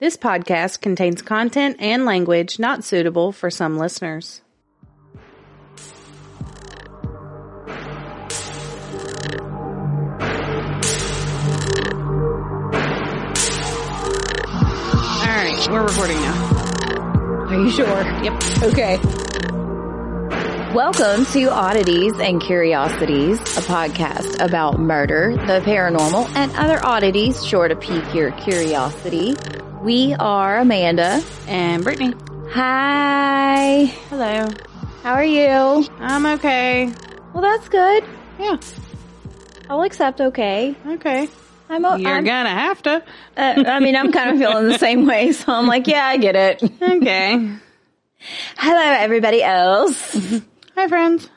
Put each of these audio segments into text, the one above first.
This podcast contains content and language not suitable for some listeners. All right, we're recording now. Are you sure? Yep. Okay. Welcome to Oddities and Curiosities, a podcast about murder, the paranormal, and other oddities sure to pique your curiosity. We are Amanda. And Brittany. Hi. Hello. How are you? I'm okay. Well, that's good. Yeah. I'll accept okay. Okay. I'm, o- You're I'm gonna have to. uh, I mean, I'm kind of feeling the same way, so I'm like, yeah, I get it. Okay. Hello, everybody else. Hi, friends.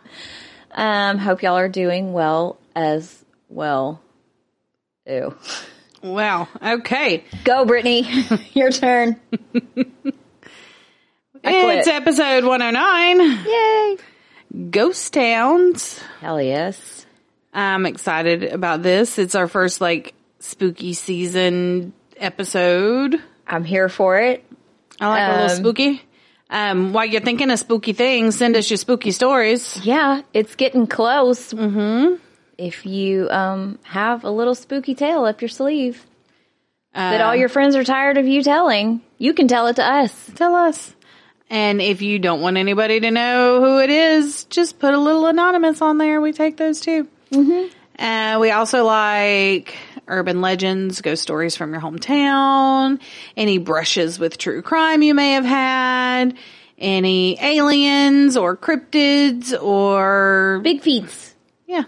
Um, hope y'all are doing well as well. Ew. Wow. Okay. Go, Brittany. Your turn. quit. It's episode 109 Yay. Ghost Towns. Hell yes. I'm excited about this. It's our first like spooky season episode. I'm here for it. I like a little Um, spooky. Um, while you're thinking of spooky things, send us your spooky stories. Yeah, it's getting close. Mm-hmm. If you um, have a little spooky tale up your sleeve that all your friends are tired of you telling, you can tell it to us. Tell us. And if you don't want anybody to know who it is, just put a little anonymous on there. We take those too. Mm-hmm. Uh, we also like urban legends, ghost stories from your hometown, any brushes with true crime you may have had, any aliens or cryptids or, Big feats. yeah,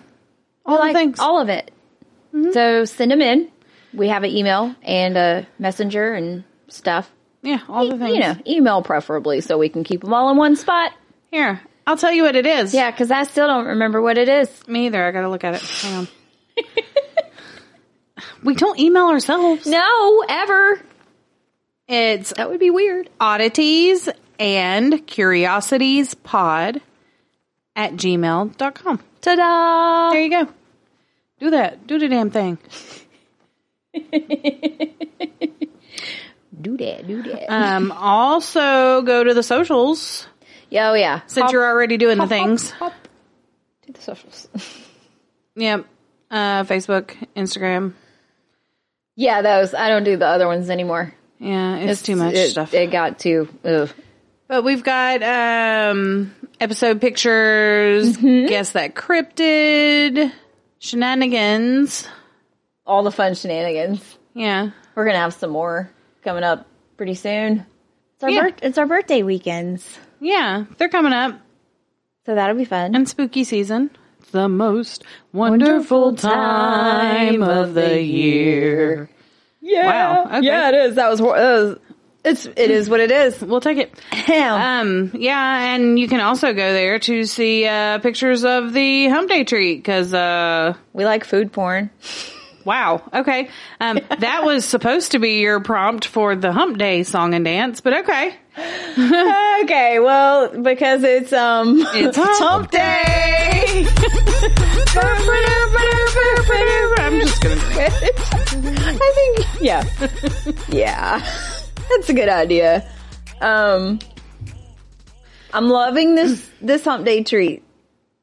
all like the things. all of it. So send them in. We have an email and a messenger and stuff. yeah, all the things. You know, email preferably so we can keep them all in one spot. Here, I'll tell you what it is. Yeah, because I still don't remember what it is. Me either. I gotta look at it. Hang on. we don't email ourselves. No, ever. It's That would be weird. oddities and curiosities pod at gmail.com. Ta da! There you go. Do that. Do the damn thing. Do that, do that. Um, also go to the socials yeah, oh yeah. since Hop, you're already doing the things. hop, hop. Do the socials. Yep. Uh, Facebook, Instagram. yeah, those. I don't do the other ones anymore. Yeah, it's, too much it, stuff. It got too. Ugh. But we've got um episode pictures, guess that cryptid, shenanigans. All the fun shenanigans. Yeah. We're gonna have some more coming up pretty soon. It's our Yeah. birth- it's our birthday weekends, Yeah, they're coming up so that'll be fun. and spooky season. It's the most wonderful time of the year. yeah, Wow, okay. yeah, it is. That was, hor- that was it's it is what it is. We'll take it. Um, yeah, and you can also go there to see uh, pictures of the hump day treat because, uh, we like food porn. wow, okay. Um, that was supposed to be your prompt for the hump day song and dance, but okay. Okay, well, because it's um It's hump day. I'm just gonna drink. I think yeah. Yeah. That's a good idea. Um I'm loving this this hump day treat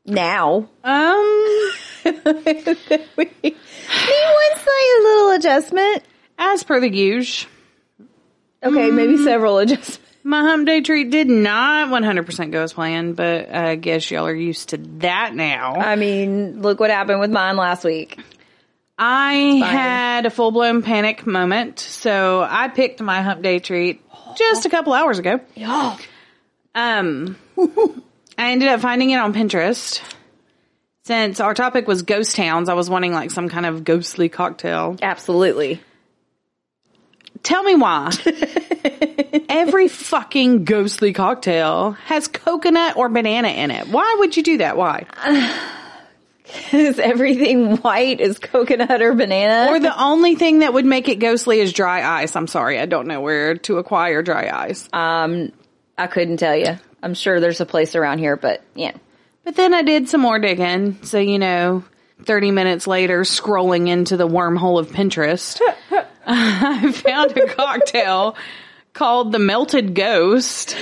now. Um, Maybe once like a little adjustment. as per the usual. Okay, maybe several adjustments. My hump day treat did not 100% go as planned, but I guess y'all are used to that now. I mean, look what happened with mine last week. I had a full blown panic moment, so I picked my hump day treat just a couple hours ago. Yeah. Um, I ended up finding it on Pinterest. Since our topic was ghost towns, I was wanting like some kind of ghostly cocktail. Absolutely. Tell me why. Every fucking ghostly cocktail has coconut or banana in it. Why would you do that? Why? Is everything white is coconut or banana? Or the only thing that would make it ghostly is dry ice. I'm sorry, I don't know where to acquire dry ice. Uh, I couldn't tell you. I'm sure there's a place around here, but yeah. but then I did some more digging. So, you know, 30 minutes later, scrolling into the wormhole of Pinterest, I found a cocktail called the Melted Ghost.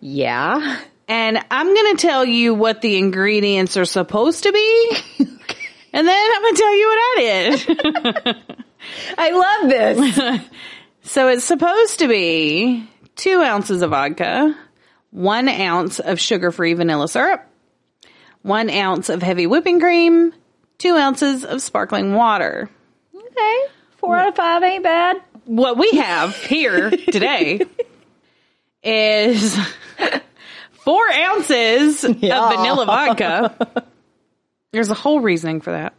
Yeah. And I'm going to tell you what the ingredients are supposed to be. And then I'm going to tell you what I did. I love this. So it's supposed to be two ounces of vodka, one ounce of sugar free vanilla syrup, one ounce of heavy whipping cream, two ounces of sparkling water. okay. Four out of five ain't bad. What we have here today is four ounces Yeah. of vanilla vodka. There's a whole reasoning for that.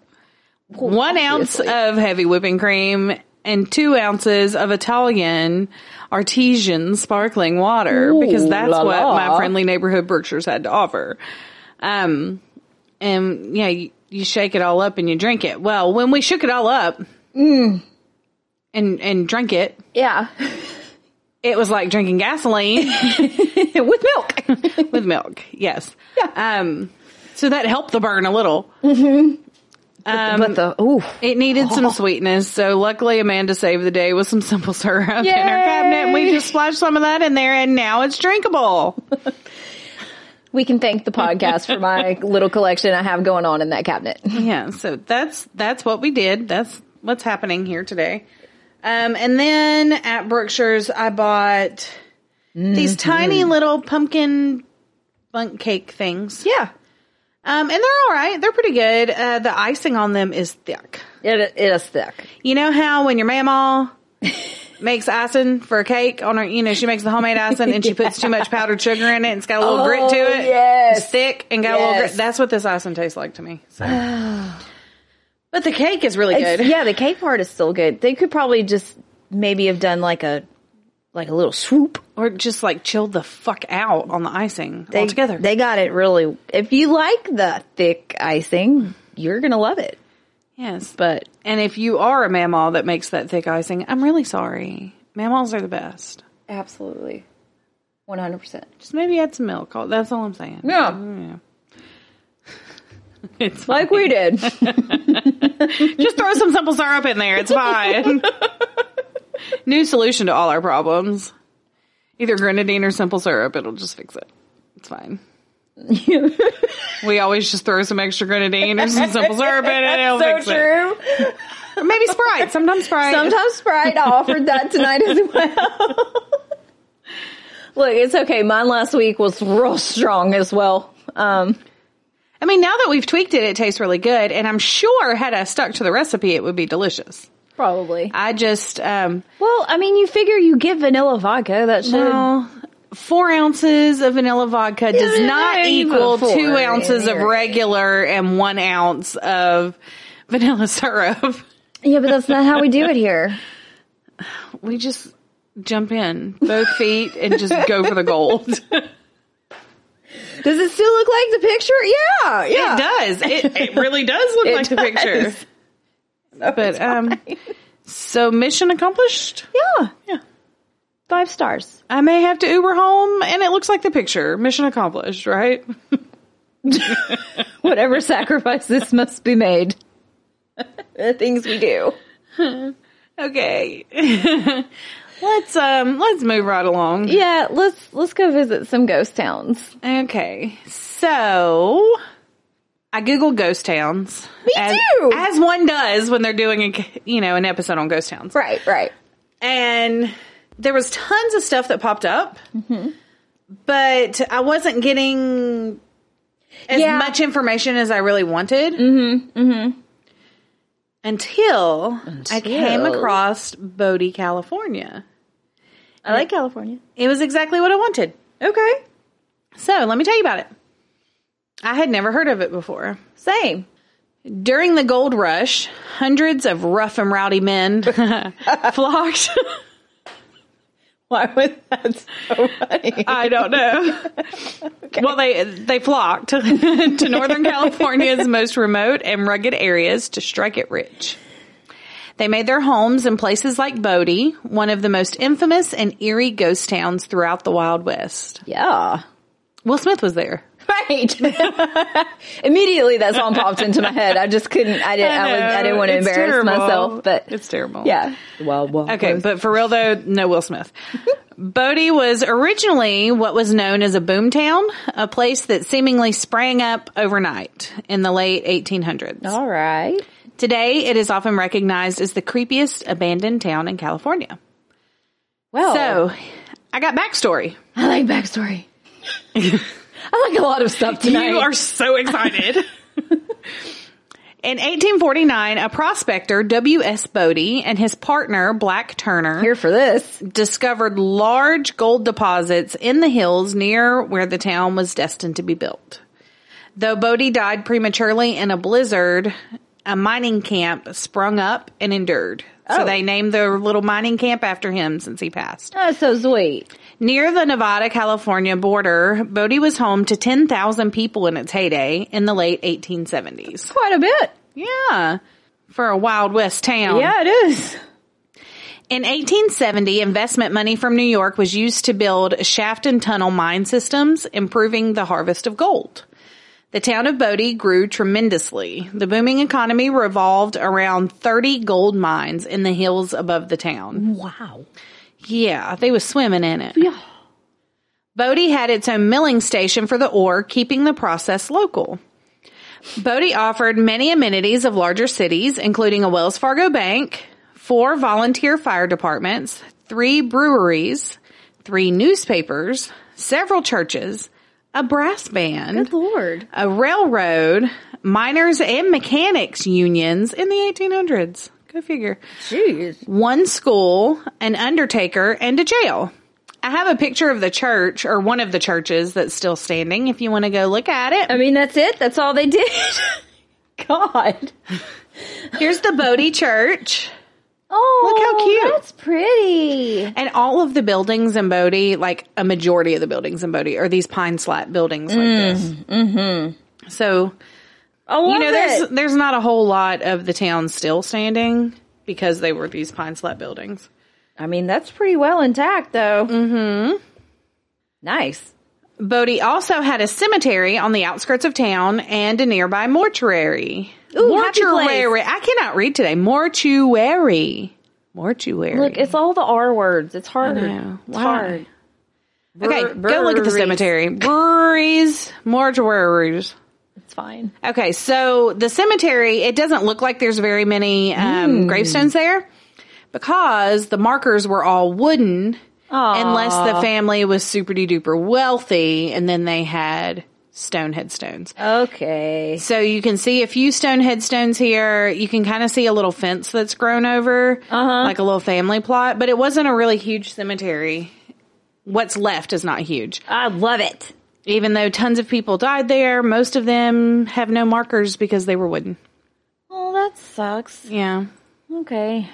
One ounce obviously. of heavy whipping cream and two ounces of Italian artesian sparkling water because Ooh, that's la what la. my friendly neighborhood Berkshire's had to offer. Um, and yeah, you, you shake it all up and you drink it. Well, when we shook it all up Mm. and and drank it, Yeah. it was like drinking gasoline With milk. with milk. Yes. Um, so that helped the burn a little. but the, ooh. It needed some sweetness, so luckily Amanda saved the day with some simple syrup in her Yay! cabinet. We just splashed some of that in there, and now it's drinkable. We can thank the podcast for my little collection I have going on in that cabinet. yeah, so that's that's what we did. That's what's happening here today. Um, and then at Brookshire's, I bought these tiny little pumpkin bunk cake things. Yeah. Um, and they're all right. They're pretty good. Uh, the icing on them is thick. It, it is thick. You know how when your mama makes icing for a cake on her, you know, she makes the homemade icing and she puts too much powdered sugar in it and it's got a little grit to Oh, it. yes. It's thick and got a little Yes. grit. That's what this icing tastes like to me. So. but the cake is really It's- good. Yeah, the cake part is still good. They could probably just maybe have done like a like a little swoop Or just like chilled the fuck out on the icing they, altogether. They got it really. If you like the thick icing, you're gonna love it. yes. But, But and if you are a mamaw that makes that thick icing, I'm really sorry. Mamaws are the best. absolutely, one hundred percent. Just maybe add some milk. Oh, That's all I'm saying. Yeah, It's like we did. Just throw some simple syrup in there. It's fine. New solution to all our problems. Either grenadine or simple syrup. It'll just fix it. It's fine. we always just throw some extra grenadine or some simple syrup in it. It'll so fix it. true. Or maybe Sprite. Sometimes Sprite. Sometimes Sprite I offered that tonight as well. Look, it's okay. Mine last week was real strong as well. Um, I mean, now that we've tweaked it, it tastes really good. And I'm sure had I stuck to the recipe, it would be delicious. probably. I just, um, Well, I mean, you figure you give vanilla vodka. That should. Well, four ounces of vanilla vodka does but not there you go, equal four, two ounces of you're right. regular and one ounce of vanilla syrup. Yeah, but that's not how we do it here. We just jump in both feet and just go for the gold. It Does it still look like the picture? Yeah, yeah. does. It, it really does look It like the picture. does. but um, so mission accomplished. Yeah. Yeah. Five stars. I may have to Uber home, and it looks like the picture. Mission accomplished, right? Whatever sacrifices must be made. the things we do. Okay. let's um let's move right along. Yeah, let's let's go visit some ghost towns. Okay, so I googled ghost towns. Me as, too! As one does when they're doing a you know an episode on ghost towns, Right, right. and there was tons of stuff that popped up, Mm-hmm. but I wasn't getting as Yeah. much information as I really wanted. Mm-hmm. Mm-hmm. Until, I came Until- across Bodie, California. I like California. It was exactly what I wanted. Okay. So let me tell you about it. I had never heard of it before. Same. During the gold rush, hundreds of rough and rowdy men flocked. Why was that so funny? I don't know. Well, they they flocked to Northern California's most remote and rugged areas to strike it rich. They made their homes in places like Bodie, one of the most infamous and eerie ghost towns throughout the Wild West. Yeah. Will Smith was there. Right. Immediately that song popped into my head. I just couldn't, I didn't, I, would, I didn't want to It's embarrass terrible. myself, but it's terrible. yeah. Well, well. Okay, but for real though, no Will Smith. Bodie was originally what was known as a boomtown, a place that seemingly sprang up overnight in the late 1800s. all right. Today, it is often recognized as the creepiest abandoned town in California. Well, So, I got backstory. I like backstory. I like a lot of stuff tonight. You are so excited. In 1849, a prospector, W.S. Bodie, and his partner, Black Turner, here for this. discovered large gold deposits in the hills near where the town was destined to be built. Though Bodie died prematurely in a blizzard, a mining camp sprung up and endured. So Oh. they named their little mining camp after him since he passed. That's so sweet. Near the Nevada California border, Bodie was home to 10,000 people in its heyday in the late 1870s. Quite a bit. Yeah. For a Wild West town. Yeah, it is. In 1870, investment money from New York was used to build shaft and tunnel mine systems, improving the harvest of gold. The town of Bodie grew tremendously. The booming economy revolved around 30 gold mines in the hills above the town. Wow. Yeah, they was swimming in it. Yeah. Bodie had its own milling station for the ore, keeping the process local. Bodie offered many amenities of larger cities, including a Wells Fargo bank, four volunteer fire departments, three breweries, three newspapers, several churches, a brass band, Lord. a railroad, miners and mechanics unions in the 1800s. Go figure Jeez. one school, an undertaker, and a jail. I have a picture of the church or one of the churches that's still standing if you want to go look at I it. mean, that's it. That's all they did. God. Here's the Bodie Church. Oh, Look how cute. That's pretty. And all of the buildings in Bodie, like a majority of the buildings in Bodie, are these pine slat buildings Mm, like this. Mm-hmm. So, I love you know, there's it. there's not a whole lot of the town still standing because they were these pine slat buildings. I mean, that's pretty well intact, though. Mm-hmm. Nice. Bodie also had a cemetery on the outskirts of town and a nearby mortuary. Ooh, happy place. mortuary. I cannot read today. Mortuary. Mortuary. Look, it's all the R words. It's hard. know. It's Why? hard. okay, Bur- go look at the breweries. cemetery. Breweries, mortuaries. It's fine. Okay, so the cemetery, it doesn't look like there's very many Hmm. um, gravestones there because the markers were all wooden Aw. unless the family was super duper wealthy and then they had stone headstones. Okay. So you can see a few stone headstones here. You can kind of see a little fence that's grown over, like a little family plot, but it wasn't a really huge cemetery. What's left is not huge. I love it. Even though tons of people died there, most of them have no markers because they were wooden. Oh, that sucks. Yeah. Okay.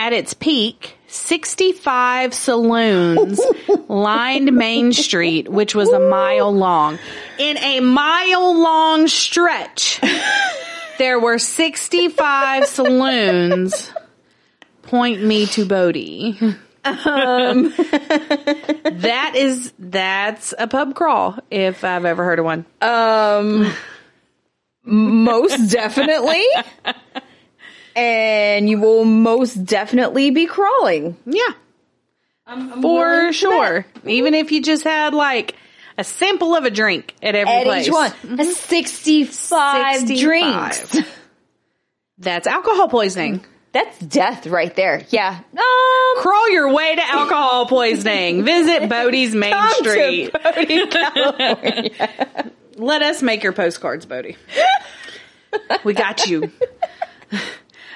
At its peak, 65 saloons lined Main Street, which was a mile long. In a mile long stretch, there were 65 saloons. Point me to Bodie. Um. that is, that's a pub crawl, if I've ever heard of one. Um, most definitely. And you will most definitely be crawling. Yeah. for sure. Even if you just had like a sample of a drink at every At place. each one. That's 65, 65. drinks. That's alcohol poisoning. That's death right there. Yeah. Um, Crawl your way to alcohol poisoning. Visit Bodie's Main Come to Street. Bodie, Let us make your postcards, Bodie. we got you.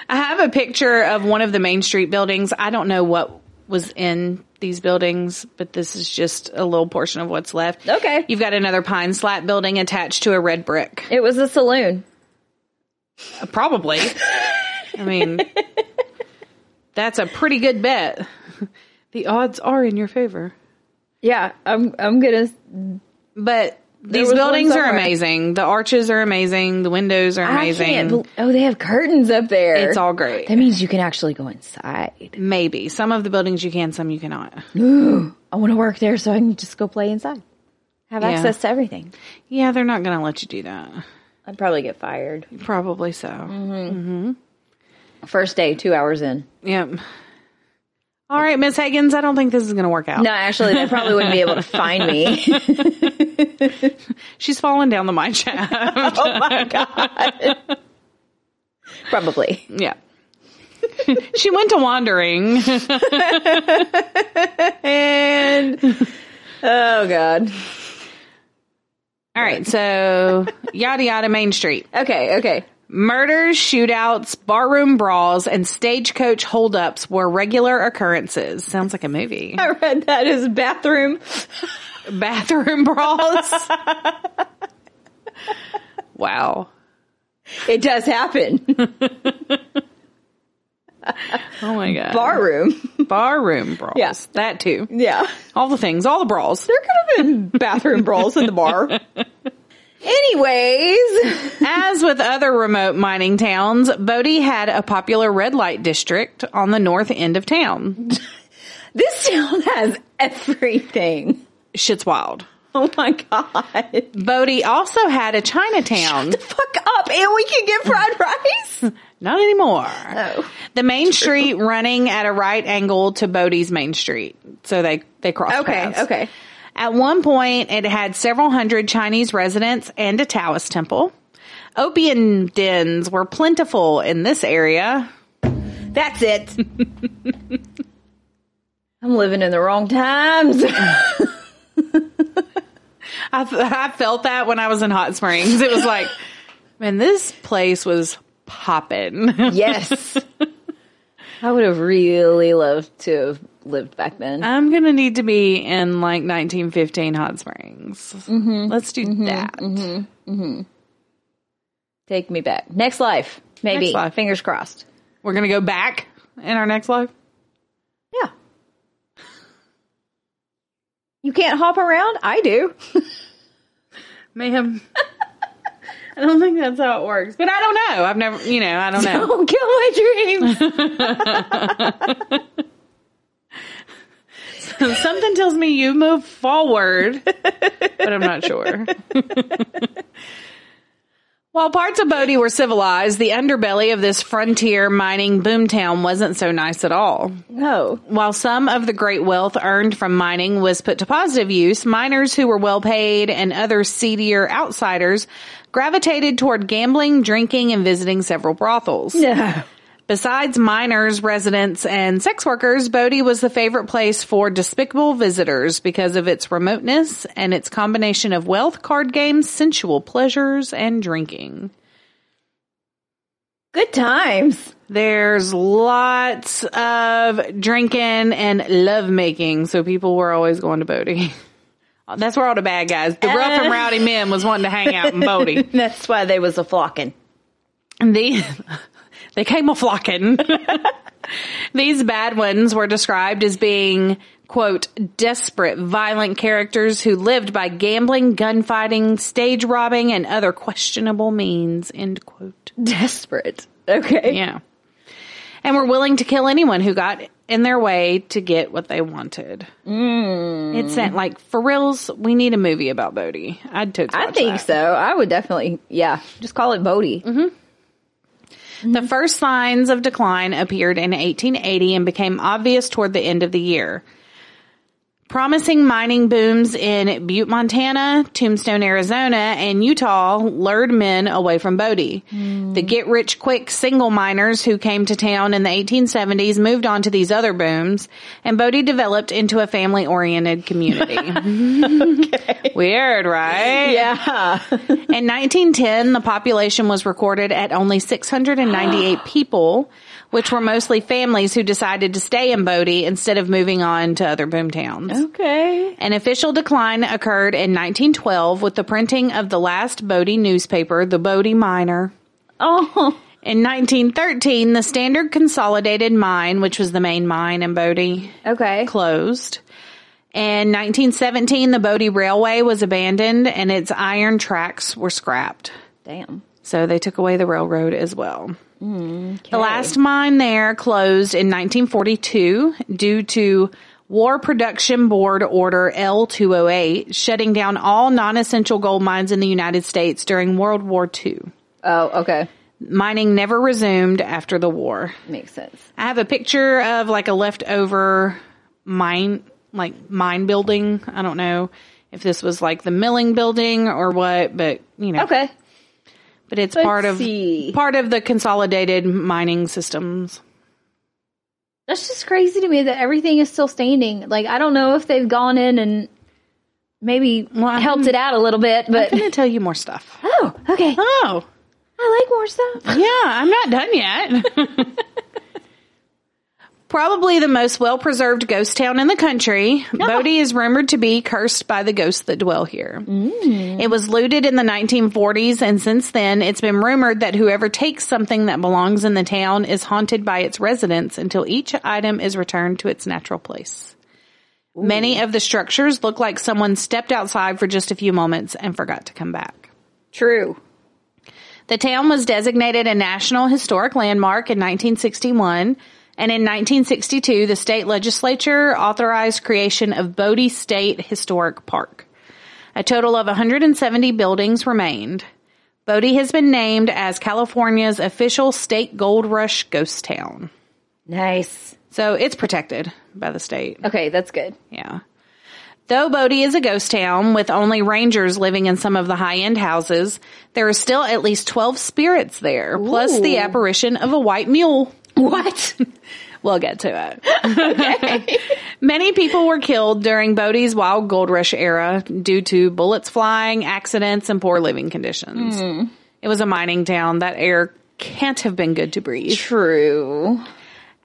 I have a picture of one of the Main Street buildings. I don't know what was in these buildings, but this is just a little portion of what's left. Okay. You've got another pine slat building attached to a red brick. It was a saloon. Probably. I mean, that's a pretty good bet. The odds are in your favor. Yeah, I'm. I'm gonna. But these was one buildings are somewhere. amazing. The arches are amazing. The windows are I can't. amazing. bel- oh, they have curtains up there. it's all great. That means you can actually go inside. Maybe. Some of the buildings you can, some you cannot. I want to work there so I can just go play inside. have Yeah. access to everything. Yeah, they're not going to let you do that. I'd probably get fired. Probably so. Mm. First day, two hours in. Yep. All right, Miss Higgins, I don't think this is going to work out. No, actually, they probably wouldn't be able to find me. She's falling down the mine shaft. probably. yeah. she went to wandering. And oh god. All right, so yada yada Main Street. Okay, okay. Murders, shootouts, barroom brawls, and stagecoach holdups were regular occurrences. Sounds like a movie. I read that as bathroom. Bathroom brawls. wow. It does happen. Oh my god. Barroom. barroom brawls. Yeah. That too. Yeah. All the things, all the brawls. There could have been bathroom brawls in the bar. Anyways, As with other remote mining towns, Bodie had a popular red light district on the north end of town. this town has everything. Shit's wild. Oh my god. Bodie also had a Chinatown. Fuck up, and we can get fried rice? Not anymore. Oh. The main street running at a right angle to Bodie's main street. So they, they cross Okay, paths. okay. At one point, it had several hundred Chinese residents and a Taoist temple. Opium dens were plentiful in this area. That's it. I'm living in the wrong times. I, I felt that when I was in Hot Springs. It was like, man, this place was popping. yes. I would have really loved to have lived back then. I'm going to need to be in like 1915 Hot Springs. Let's do that. Take me back. Next life, maybe. Next life. Fingers crossed. We're going to go back in our next life. Yeah. You can't hop around? I do. Ma'am. I don't think that's how it works, but I don't know. I've never, you know, I don't know. Don't kill my dreams. Something tells me you move forward, but I'm not sure. While parts of Bodie were civilized, the underbelly of this frontier mining boomtown wasn't so nice at all. no. While some of the great wealth earned from mining was put to positive use, miners who were well paid and other seedier outsiders gravitated toward gambling, drinking, and visiting several brothels. No. Besides miners, residents, and sex workers, Bodie was the favorite place for despicable visitors because of its remoteness and its combination of wealth, card games, sensual pleasures, and drinking. Good times. There's lots of drinking and lovemaking, so people were always going to Bodie. That's where all the bad guys, the rough and rowdy men, was wanting to hang out in Bodie. That's why they was a flocking. And the, they came a flocking. These bad ones were described as being, quote, desperate, violent characters who lived by gambling, gunfighting, stage robbing, and other questionable means, end quote. Desperate. Okay. Yeah. And were willing to kill anyone who got in their way to get what they wanted. Mm. It sent, like, for reals, we need a movie about Bodie. I'd totally I watch think that. so. I would definitely, yeah. Just call it Bodie. The first signs of decline appeared in 1880 and became obvious toward the end of the year. Promising mining booms in Butte, Montana, Tombstone, Arizona, and Utah lured men away from Bodie. The get rich quick single miners who came to town in the 1870s moved on to these other booms, and Bodie developed into a family oriented community. Weird, right? Yeah. In 1910, the population was recorded at only 698 people, which were mostly families who decided to stay in Bodie instead of moving on to other boomtowns. Oh. Okay. An official decline occurred in 1912 with the printing of the last Bodie newspaper, the Bodie Miner. Oh. In 1913, the Standard Consolidated Mine, which was the main mine in Bodie, Okay. closed. In 1917, the Bodie Railway was abandoned and its iron tracks were scrapped. Damn. So they took away the railroad as well. The last mine there closed in 1942 due to War Production Board Order L208, shutting down all non-essential gold mines in the United States during World War II. Oh, okay. Mining never resumed after the war. Makes sense. I have a picture of like a leftover mine, like mine building. I don't know if this was like the milling building or what, but you know, Okay. but it's Let's part of see. part of the consolidated mining systems. That's just crazy to me that everything is still standing. Like, I don't know if they've gone in and maybe I helped it out a little bit, I'm but. going to tell you more stuff. Oh, okay. Oh, I like more stuff. yeah, I'm not done yet. Probably the most well preserved ghost town in the country, Bodie is rumored to be cursed by the ghosts that dwell here. It was looted in the 1940s, and since then, it's been rumored that whoever takes something that belongs in the town is haunted by its residents until each item is returned to its natural place. Many of the structures look like someone stepped outside for just a few moments and forgot to come back. True. The town was designated a National Historic Landmark in 1961, and in 1962, the state legislature authorized creation of Bodie State Historic Park. A total of 170 buildings remained. Bodie has been named as California's official state gold rush ghost town. Nice. So it's protected by the state. Okay, that's good. Yeah. Though Bodie is a ghost town with only rangers living in some of the high end houses, there are still at least 12 spirits there, plus the apparition of a white mule. What? We'll get to it. Many people were killed during Bodie's wild gold rush era due to bullets flying, accidents, and poor living conditions. It was a mining town. That air can't have been good to breathe. True.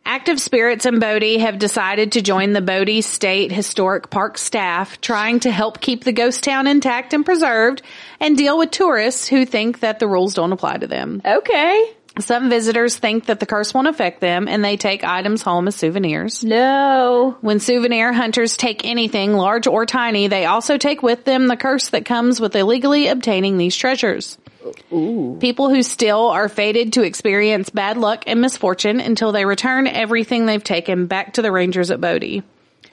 Active spirits in Bodie have decided to join the Bodie State Historic Park staff, trying to help keep the ghost town intact and preserved and deal with tourists who think that the rules don't apply to them. Okay. Some visitors think that the curse won't affect them and they take items home as souvenirs. No. When souvenir hunters take anything, large or tiny, they also take with them the curse that comes with illegally obtaining these treasures. People who steal are fated to experience bad luck and misfortune until they return everything they've taken back to the Rangers at Bodie.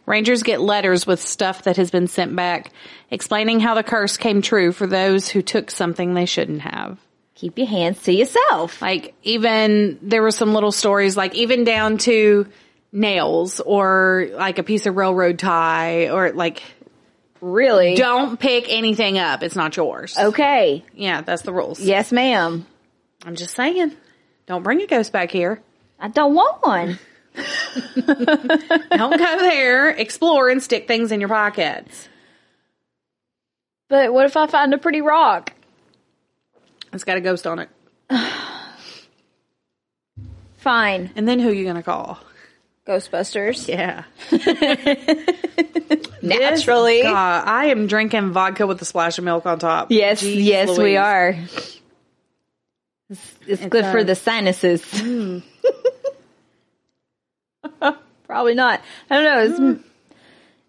Rangers get letters with stuff that has been sent back, explaining how the curse came true for those who took something they shouldn't have Keep your hands to yourself. like even there were some little stories like even down to nails or like a piece of railroad tie or like Really? don't pick anything up it's not yours Oh. Okay. yeah that's the rules Yes, ma'am. i'm just saying don't bring a ghost back here I don't want one. don't go there explore and stick things in your pockets But what if I find a pretty rock? it's got a ghost on it Fine. and then who you gonna call Ghostbusters. yeah Naturally. God, Uh, i am drinking vodka with a splash of milk on top Yes, Jeez yes, we Louise. are. It's, it's uh, Hmm. good for a- the sinuses. Probably not. I don't know. It's,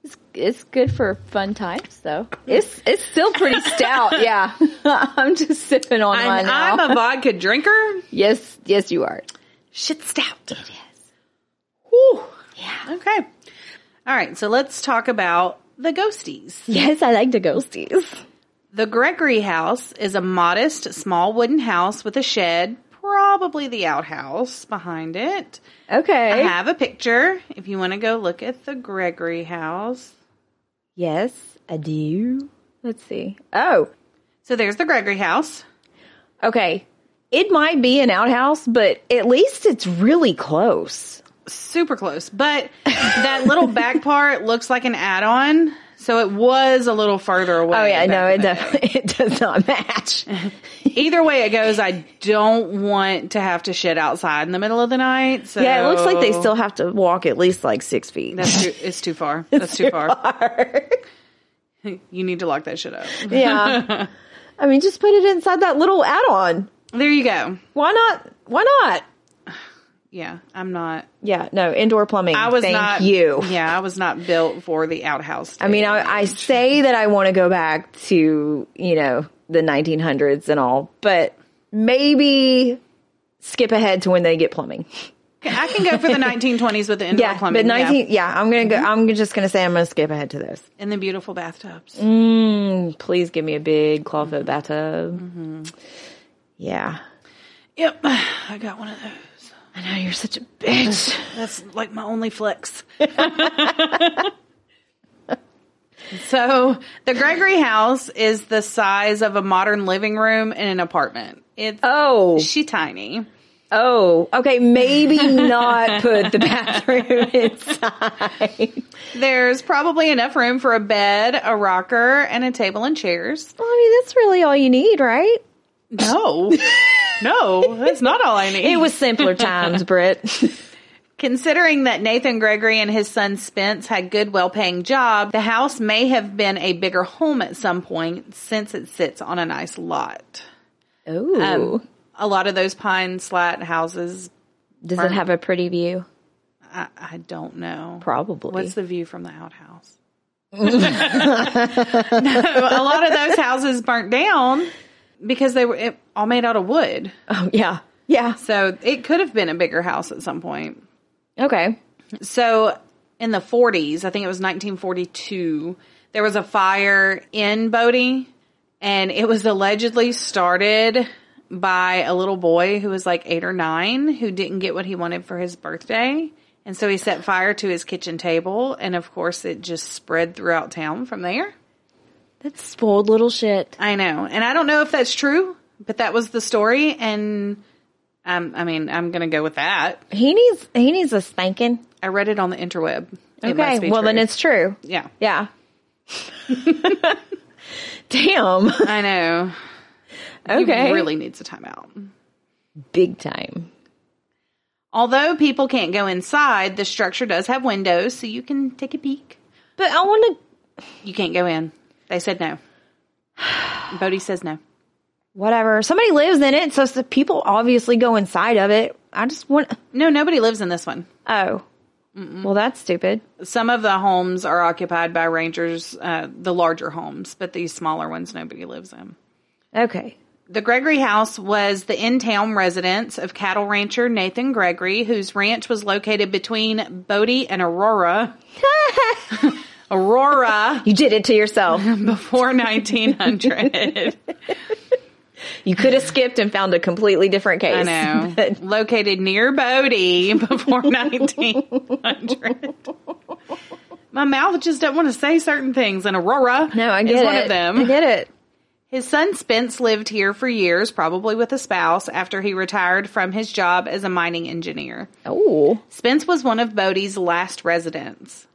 it's it's good for fun times though. It's it's still pretty stout. Yeah, I'm just sipping on mine and now. i'm a vodka drinker yes, yes, you are. Shit stout. It is. Whew. Yeah. Okay. All right. So let's talk about the ghosties. Yes, I like the ghosties. The Gregory house is a modest, small wooden house with a shed, probably the outhouse behind it. I Okay. have a picture if you want to go look at the Gregory house. Yes, I do. Let's see. Oh, So there's the Gregory house. okay. It might be an outhouse, but at least it's really close. Super close, but that little back part looks like an add on. So it was a little further away. Oh yeah, back no, in it the day. definitely it does not match. Either way it goes, I don't want to have to shit outside in the middle of the night. So yeah, it looks like they still have to walk at least like six feet. That's too, it's too far. That's too far. you need to lock that shit up. yeah, I mean, just put it inside that little add-on. There you go. Why not? Why not? Yeah, I'm not. Yeah, no indoor plumbing. I was Thank not you. Yeah, I was not built for the outhouse. I mean, I, I say that I want to go back to you know the 1900s and all, but maybe skip ahead to when they get plumbing. I can go for the 1920s with the indoor Yeah, Mm-hmm. plumbing. but 19, yeah. I'm going to go, I'm just going to say I'm going to skip ahead to this. And the beautiful bathtubs. Mm. Please give me a big clawfoot bathtub. Mm-hmm. Yeah. Yep. I got one of those. I know you're such a bitch. That's like my only flex. so the Gregory house is the size of a modern living room in an apartment. It's Oh, she tiny. oh, okay. Maybe not put the bathroom inside. There's probably enough room for a bed, a rocker, and a table and chairs. Well, I mean, that's really all you need, right? No. no, that's not all I need. It was simpler times, Britt. Considering that Nathan Gregory and his son Spence had good, well-paying job, the house may have been a bigger home at some point since it sits on a nice lot. Ooh. Um, a lot of those pine slat houses, Does it have a pretty view? I, I don't know. Probably. What's the view from the outhouse? no, a lot of those houses burnt down because they were it, all made out of wood. oh, yeah. Yeah. So it could have been a bigger house at some point. Okay. So in the 40s, I think it was 1942, there was a fire in Bodie and it was allegedly started by a little boy who was like eight or nine who didn't get what he wanted for his birthday. And so he set fire to his kitchen table. And of course, it just spread throughout town from there. That's spoiled little shit. I know. And I don't know if that's true, but that was the story. And um, I mean, I'm going to go with that. He needs he needs a spanking. I read it on the interweb. It must Okay. be Well, then true. it's true. yeah. Yeah. Damn. I know. Okay. He really needs a timeout. big time. Although people can't go inside, the structure does have windows, so you can take a peek. But I want to. You can't go in. They said no. Bodie says no. Whatever. Somebody lives in it, so the people obviously go inside of it. I just want. No, nobody lives in this one. Oh. Well, that's stupid. Some of the homes are occupied by rangers, uh, the larger homes, but these smaller ones nobody lives in. Okay. The Gregory House was the in town residence of cattle rancher Nathan Gregory, whose ranch was located between Bodie and Aurora. Aurora You did it to yourself. before 1900. You could have skipped and found a completely different I case. know. But Located near Bodie before 1900. My mouth just doesn't want to say certain things, and Aurora no, I get is it. one of them. I get it. His son Spence lived here for years, probably with a spouse, after he retired from his job as a mining engineer. Oh. Spence was one of Bodie's last residents.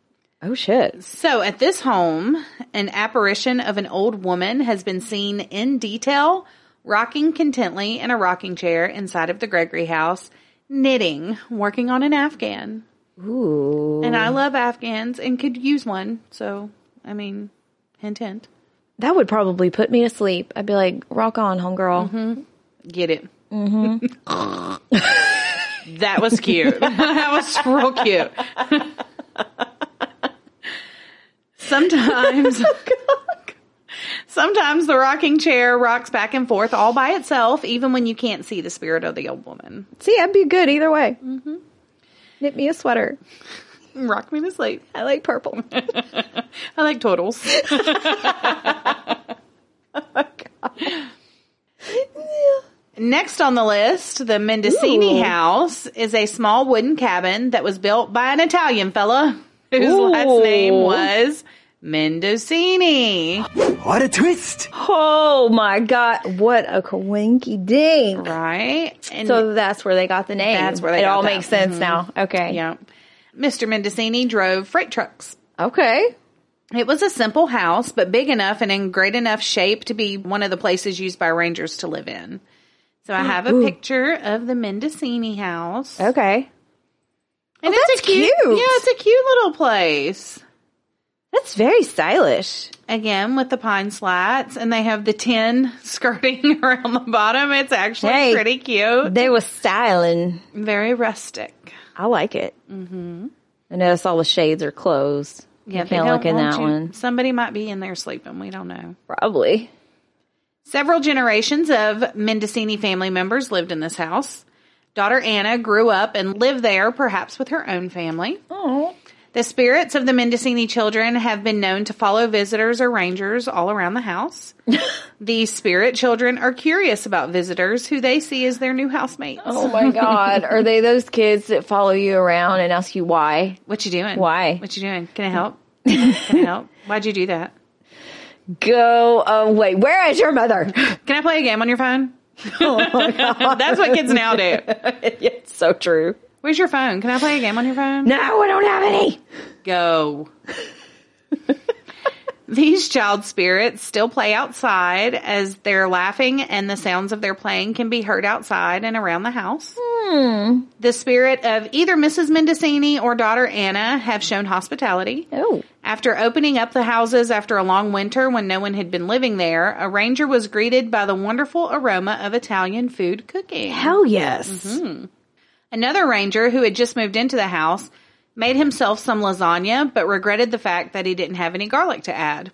Oh shit. So at this home, an apparition of an old woman has been seen in detail, rocking contently in a rocking chair inside of the Gregory house, knitting, working on an Afghan. Ooh. And I love Afghans and could use one. So, I mean, hint, hint. That would probably put me to sleep. I'd be like, rock on, homegirl. Mm-hmm. Get it. Mm-hmm. that was cute. that was real cute. sometimes, sometimes the rocking chair rocks back and forth all by itself, even when you can't see the spirit of the old woman. See, I'd be good either way. Mm-hmm. Knit me a sweater. Rock me to sleep. I like purple. I like totals. Next on the list, the Mendocini Ooh. House is a small wooden cabin that was built by an Italian fella whose last name Ooh. was Mendocini. What a twist! oh my god! What a coinky ding. Right? And So that's where they got the name. That's where they it got all that. Mm-hmm. makes sense now. Okay. yeah. Mr. Mendocini drove freight trucks. Okay. It was a simple house, but big enough and in great enough shape to be one of the places used by rangers to live in. So I have a picture of the Mendocini house. Okay. And Oh, that's cute. Yeah, it's a cute little place. That's very stylish. Again, with the pine slats, and they have the tin skirting around the bottom. It's actually Hey. pretty cute. They was styling. Very rustic. I like it. Mm-hmm. I notice all the shades are closed. Yeah, you they can't don't look in want that you- one. Somebody might be in there sleeping. We don't know. Probably. Several generations of Mendocini family members lived in this house. Daughter Anna grew up and lived there, perhaps with her own family. Oh. The spirits of the Mendocini children have been known to follow visitors or rangers all around the house. the spirit children are curious about visitors who they see as their new housemates. Oh my God. Are they those kids that follow you around and ask you why? What you doing? Why? What you doing? Can I help? Can I help? Why'd you do that? Go away. Where is your mother? Can I play a game on your phone? Oh That's what kids now do. it's so true. Where's your phone? Can I play a game on your phone? No, I don't have any. Go. These child spirits still play outside as they're laughing and the sounds of their playing can be heard outside and around the house. The spirit of either Mrs. Mendocini or daughter Anna have shown hospitality. Oh. After opening up the houses after a long winter when no one had been living there, a ranger was greeted by the wonderful aroma of Italian food cooking. Hell yes. Another ranger who had just moved into the house made himself some lasagna, but regretted the fact that he didn't have any garlic to add.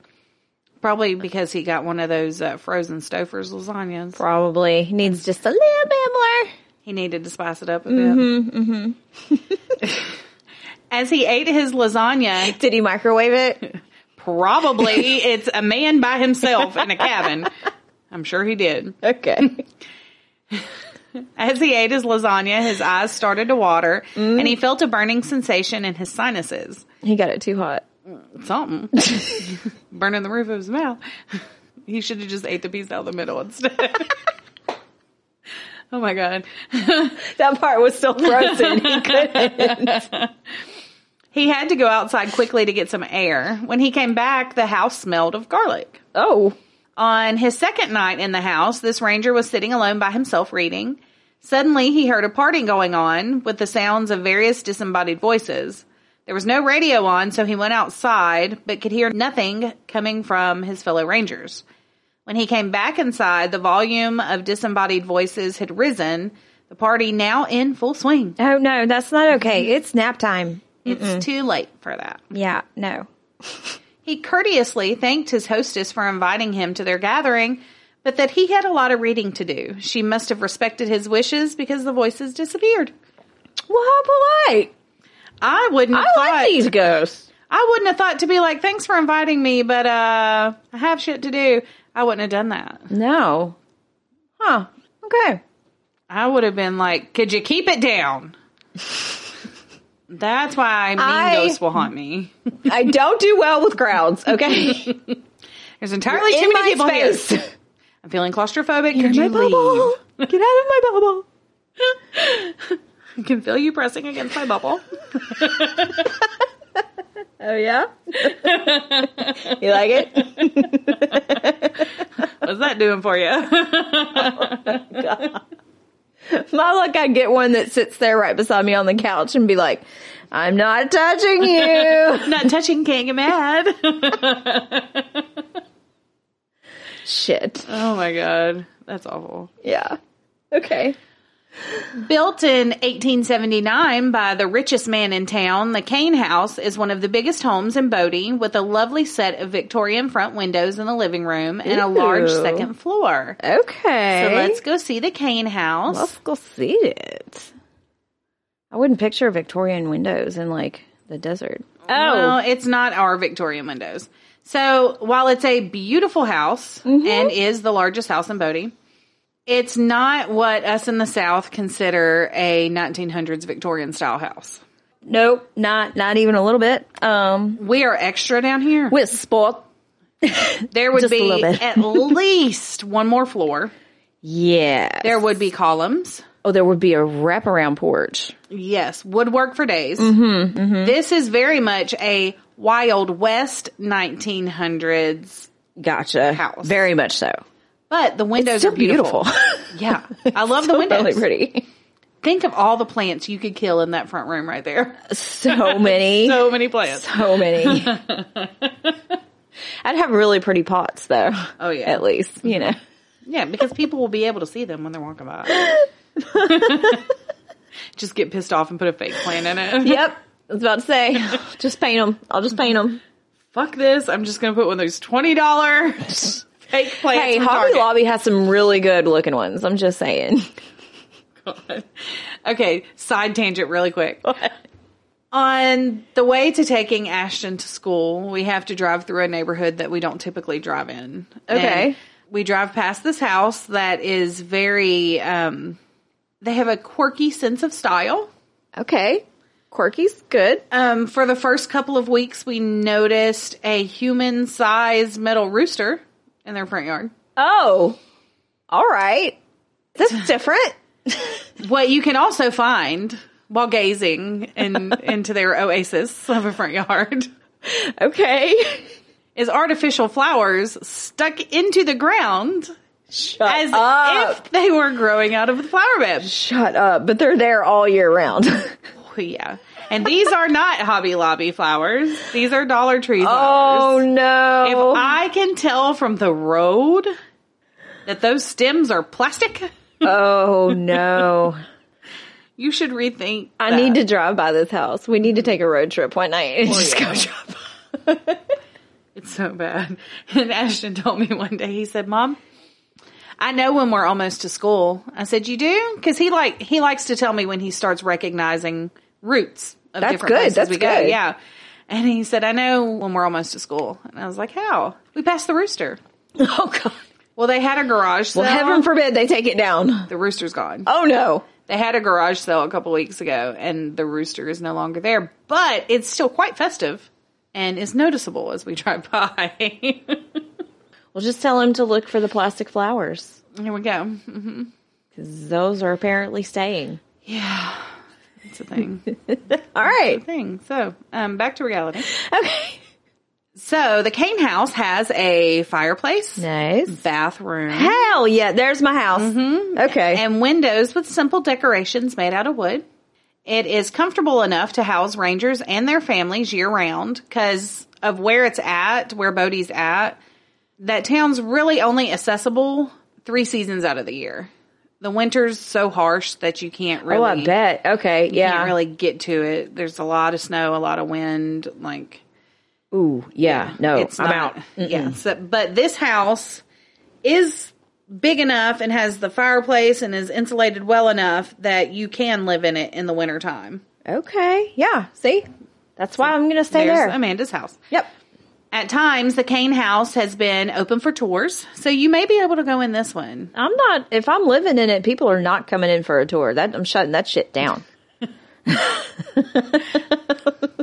Probably because he got one of those uh, frozen Stouffer's lasagnas. Probably needs just a little bit more. He needed to spice it up a bit. As he ate his lasagna, Did he microwave it? probably it's a man by himself in a cabin. I'm sure he did. Okay. As he ate his lasagna, his eyes started to water and he felt a burning sensation in his sinuses. he got it too hot. something. Burning the roof of his mouth. he should have just ate the piece out the middle instead. oh my god. That part was still frozen. he couldn't. He had to go outside quickly to get some air. When he came back, the house smelled of garlic. Oh. On his second night in the house, this ranger was sitting alone by himself reading. Suddenly, he heard a party going on with the sounds of various disembodied voices. There was no radio on, so he went outside, but could hear nothing coming from his fellow rangers. When he came back inside, the volume of disembodied voices had risen, the party now in full swing. Oh no, that's not okay. It's nap time. It's too late for that. Yeah, no. He courteously thanked his hostess for inviting him to their gathering, but that he had a lot of reading to do. She must have respected his wishes because the voices disappeared. Well, how polite. I wouldn't have I thought like these ghosts. I wouldn't have thought to be like, Thanks for inviting me, but uh I have shit to do. I wouldn't have done that. No. Huh. Okay. I would have been like, Could you keep it down? That's why mean I- ghosts will haunt me. I don't do well with crowds, okay? There's entirely too In many people my here. space. Get I'm feeling claustrophobic. Could my you bubble. leave? Get out of my bubble. I can feel you pressing against my bubble. Oh yeah? you like it? What's that doing for you? My luck I get one that sits there right beside me on the couch and be like, I'm not touching you. Not touching can't get mad. Shit. oh my god, that's awful. Yeah. Okay. Built in 1879 by the richest man in town, the Kane House is one of the biggest homes in Bodie with a lovely set of Victorian front windows in the living room and a large Ooh. second floor. Okay. So let's go see the Kane House. Let's go see it. I wouldn't picture Victorian windows in like the desert. Oh, Well, it's not our Victorian windows. So while it's a beautiful house Mm-hmm. and is the largest house in Bodie, it's not what us in the South consider a 1900s Victorian style house. nope, not not even a little bit. Um, We are extra down here. with sport. There would just a be little bit. at least one more floor. Yeah. There would be columns. oh, there would be a wraparound porch. Yes, woodwork for days. Mm-hmm, This is very much a Wild West 1900s, Gotcha. House. Very much so. but the windows Still are beautiful. beautiful. Yeah, I love the windows. really pretty. Think of all the plants you could kill in that front room right there. So many. so, So many plants. many. I'd have really pretty pots though. Oh, yeah. At least, you know. Yeah, because people will be able to see them when they're walking by. Just get pissed off and put a fake plant in it. Yep. I was about to say, just paint them. I'll just paint them. Fuck this. I'm just going to put one of those $20 fake plants. Hey, from Hobby Target. Lobby has some really good looking ones. I'm just saying. God. Okay, side tangent really quick. On the way to taking Ashton to school, we have to drive through a neighborhood that we don't typically drive in. Okay. And we drive past this house that is very, um, they have a quirky sense of style. Okay. Quirky's good. Um, for the first couple of weeks, we noticed a human sized metal rooster in their front yard. Oh, all right. That's different. What you can also find while gazing in, into their oasis of a front yard Okay. is artificial flowers stuck into the ground Shut as up. if they were growing out of the flower bed. Shut up. But they're there all year round. Oh, yeah. And these are not Hobby Lobby flowers. These are Dollar Tree oh flowers. no. If I can tell from the road that those stems are plastic, oh no. you should rethink. I that. need to drive by this house. We need to take a road trip one night and just go drive. by. It's so bad. And Ashton told me one day, he said, Mom, I know when we're almost to school. I said, You do? Because he like he likes to tell me when he starts recognizing roots of That's different good. places That's we go. good. Yeah. And he said, I know when we're almost to school. And I was like, How? We passed the rooster. Oh god. Well, they had a garage sale. Well, heaven forbid they take it down. the rooster's gone. Oh no. They had a garage sale a couple weeks ago, and the rooster is no longer there, but it's still quite festive and is noticeable as we drive by. Here Well, just tell him to look for the plastic flowers we go. because those are apparently staying. Yeah. It's a thing. All right. thing. So, um, back to reality. Okay. So, the Kane house has a fireplace, Nice. Mm-hmm. bathroom, Hell yeah. There's my house. Okay. and windows with simple decorations made out of wood. It is comfortable enough to house rangers and their families year round because of where it's at, where Bodie's at. That town's really only accessible three seasons out of the year. The winter's so harsh that you can't really oh, I bet. Okay. you Yeah. can't really get to it. There's a lot of snow, a lot of wind, like Ooh. Yeah. No. it's I'm not- out. Yeah. So, but this house is big enough and has the fireplace and is insulated well enough that you can live in it in the wintertime. Okay. Yeah. See, that's why I'm going to stay There's there. Amanda's house. yep. At times, the Kane house has been open for tours, so you may be able to go in this one. I'm not. If I'm living in it, people are not coming in for a tour. That I'm shutting that shit down.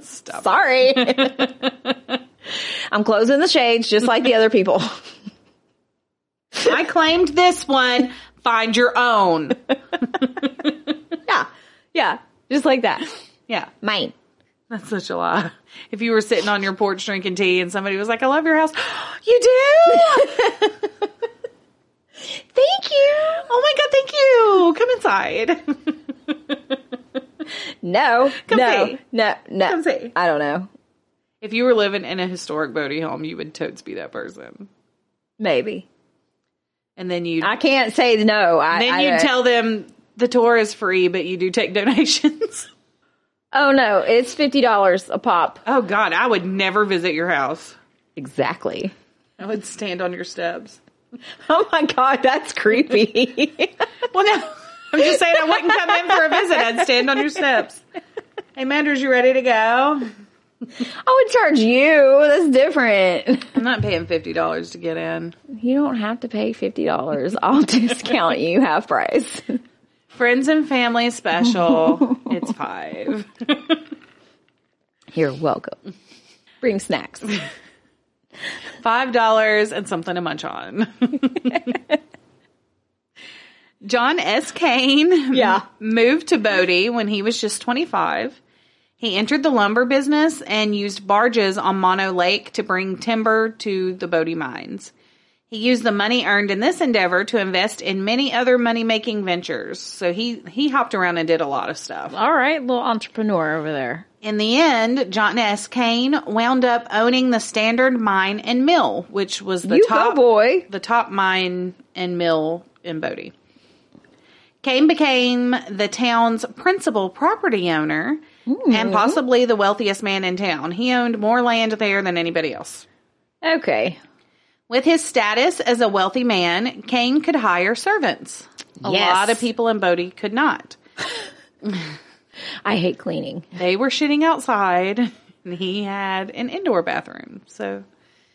Sorry. I'm closing the shades just like the other people. I claimed this one. Find your own. Yeah. Yeah. Just like that. Yeah, Mine. that's such a lie. If you were sitting on your porch drinking tea and somebody was like, "I love your house," you do. Thank you. Oh my god, thank you. Come inside. No. Come no. see. No. No. Come see. I don't know. If you were living in a historic Bodie home, you would totes be that person. Maybe. And then you I can't say no. I, then I you don't- tell them the tour is free, but you do take donations. Oh no, it's fifty dollars a pop. oh god, I would never visit your house. Exactly. I would stand on your steps. Oh my god, that's creepy. Well no. I'm just saying I wouldn't come in for a visit. I'd stand on your steps. Hey Manders, you ready to go? I would charge you. That's different. I'm not paying fifty dollars to get in. You don't have to pay fifty dollars. I'll discount you half price. Friends and family special. it's five. You're welcome. Bring snacks. Five dollars and something to munch on. John S. Kane Yeah. moved to Bodie when he was just 25. He entered the lumber business and used barges on Mono Lake to bring timber to the Bodie mines. He used the money earned in this endeavor to invest in many other money making ventures. So he, he hopped around and did a lot of stuff. All right, little entrepreneur over there. In the end, John S. Kane wound up owning the Standard Mine and Mill, which was the you top go, boy. the top mine and mill in Bodie. Kane became the town's principal property owner and possibly the wealthiest man in town. He owned more land there than anybody else. Okay. With his status as a wealthy man, Cain could hire servants. A Yes. lot of people in Bodie could not. I hate cleaning. They were shitting outside, and he had an indoor bathroom. So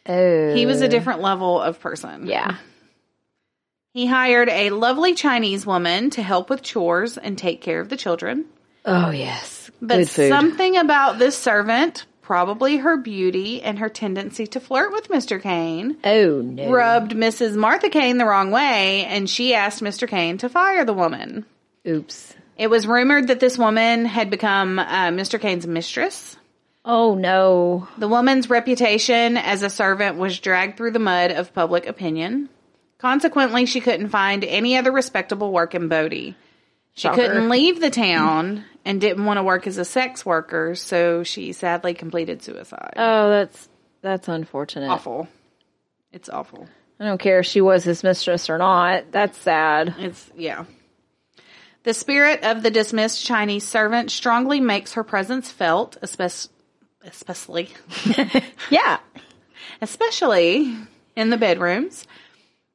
Oh, he was a different level of person. yeah. He hired a lovely Chinese woman to help with chores and take care of the children. Oh yes, But good food. something about this servant, probably her beauty and her tendency to flirt with Mr. Kane, oh no, rubbed Mrs. Martha Kane the wrong way, and she asked Mr. Kane to fire the woman. oops. It was rumored that this woman had become uh, Mr. Kane's mistress. Oh no, The woman's reputation as a servant was dragged through the mud of public opinion. Consequently, she couldn't find any other respectable work in Bodie. She Shocker. couldn't leave the town and didn't want to work as a sex worker, so she sadly completed suicide. oh that's that's unfortunate. awful. It's awful. I don't care if she was his mistress or not. That's sad. It's yeah. The spirit of the dismissed Chinese servant strongly makes her presence felt, especially especially Yeah. especially in the bedrooms.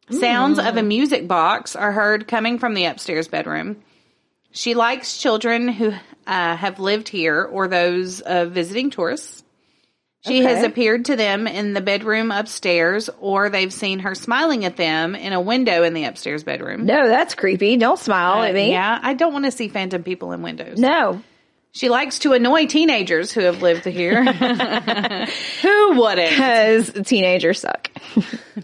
Sounds of Hmm. a music box are heard coming from the upstairs bedroom. She likes children who uh, have lived here or those of visiting tourists. She has Okay. appeared to them in the bedroom upstairs, or they've seen her smiling at them in a window in the upstairs bedroom. No, that's creepy. Don't smile at me. Yeah, I don't want to see phantom people in windows. No. She likes to annoy teenagers who have lived here. who wouldn't? Because teenagers suck.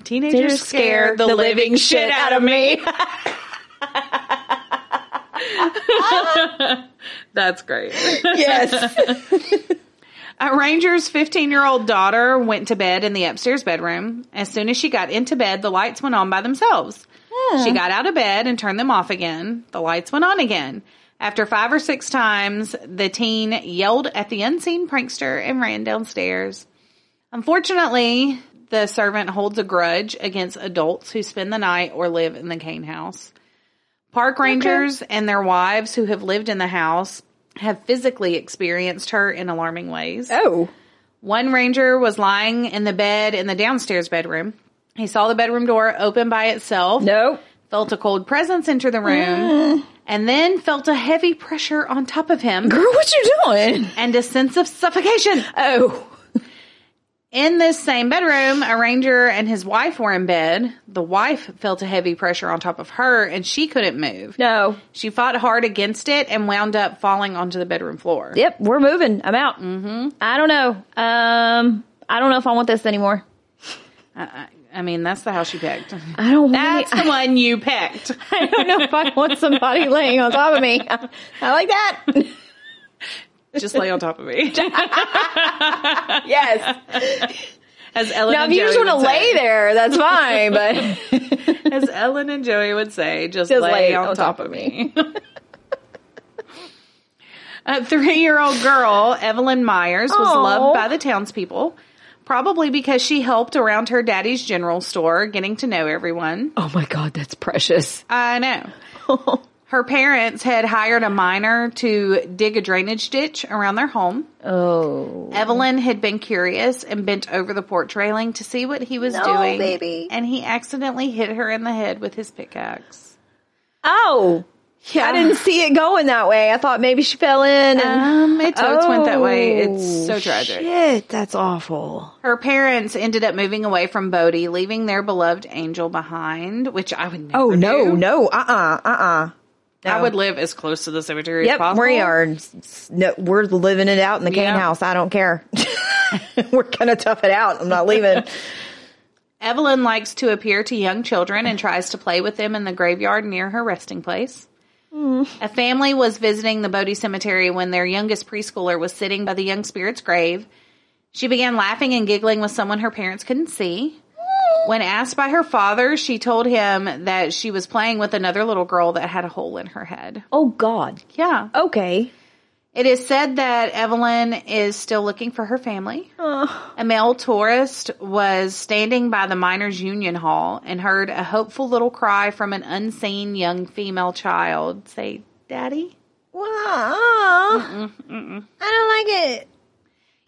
Teenagers scare the, living shit out of me. That's great. yes. Uh, Ranger's 15 year old daughter went to bed in the upstairs bedroom. As soon as she got into bed, the lights went on by themselves. She got out of bed and turned them off again. The lights went on again. After five or six times, the teen yelled at the unseen prankster and ran downstairs. Unfortunately, the servant holds a grudge against adults who spend the night or live in the Kane house. Park rangers and their wives who have lived in the house have physically experienced her in alarming ways. Oh. One ranger was lying in the bed in the downstairs bedroom. He saw the bedroom door open by itself, No. felt a cold presence enter the room, and then felt a heavy pressure on top of him Girl, what you doing? and a sense of suffocation. Oh. In this same bedroom, a ranger and his wife were in bed. The wife felt a heavy pressure on top of her and she couldn't move. No. She fought hard against it and wound up falling onto the bedroom floor. Yep, we're moving. I'm out. Mm-hmm. I don't know. Um, I don't know if I want this anymore. I, I, I mean, that's the house you picked. I don't That's want the one you picked. I don't know if I want somebody laying on top of me. I, like that. Just lay on top of me. Yes. As Ellen Now, if and you Joey just want to would lay say, there, that's fine. But as Ellen and Joey would say, just, Just lay, lay on, top, of me. A three-year-old girl, Evelyn Myers, was Aw. loved by the townspeople, probably because she helped around her daddy's general store, getting to know everyone. oh my god, that's precious. I know. Her parents had hired a miner to dig a drainage ditch around their home. Oh, Evelyn had been curious and bent over the porch railing to see what he was No, doing. baby. And he accidentally hit her in the head with his pickaxe. oh, I didn't see it going that way. I thought maybe she fell in. And- Um, it totes went that way. Oh, It's so tragic. Shit, that's awful. Her parents ended up moving away from Bodie, leaving their beloved angel behind, which I would never Oh no, do. no, uh, uh-uh, uh, uh. I would live as close to the cemetery as Yep, possible. we are. s- No, we're living it out in the cane Yeah. house. I don't care. we're gonna tough it out. I'm not leaving. Evelyn likes to appear to young children and tries to play with them in the graveyard near her resting place. A family was visiting the Bodhi Cemetery when their youngest preschooler was sitting by the young spirit's grave. She began laughing and giggling with someone her parents couldn't see. When asked by her father, she told him that she was playing with another little girl that had a hole in her head. oh God. Yeah. Okay. It is said that Evelyn is still looking for her family. Uh. A male tourist was standing by the Miners Union Hall and heard a hopeful little cry from an unseen young female child say, Daddy? Wow. I don't like it.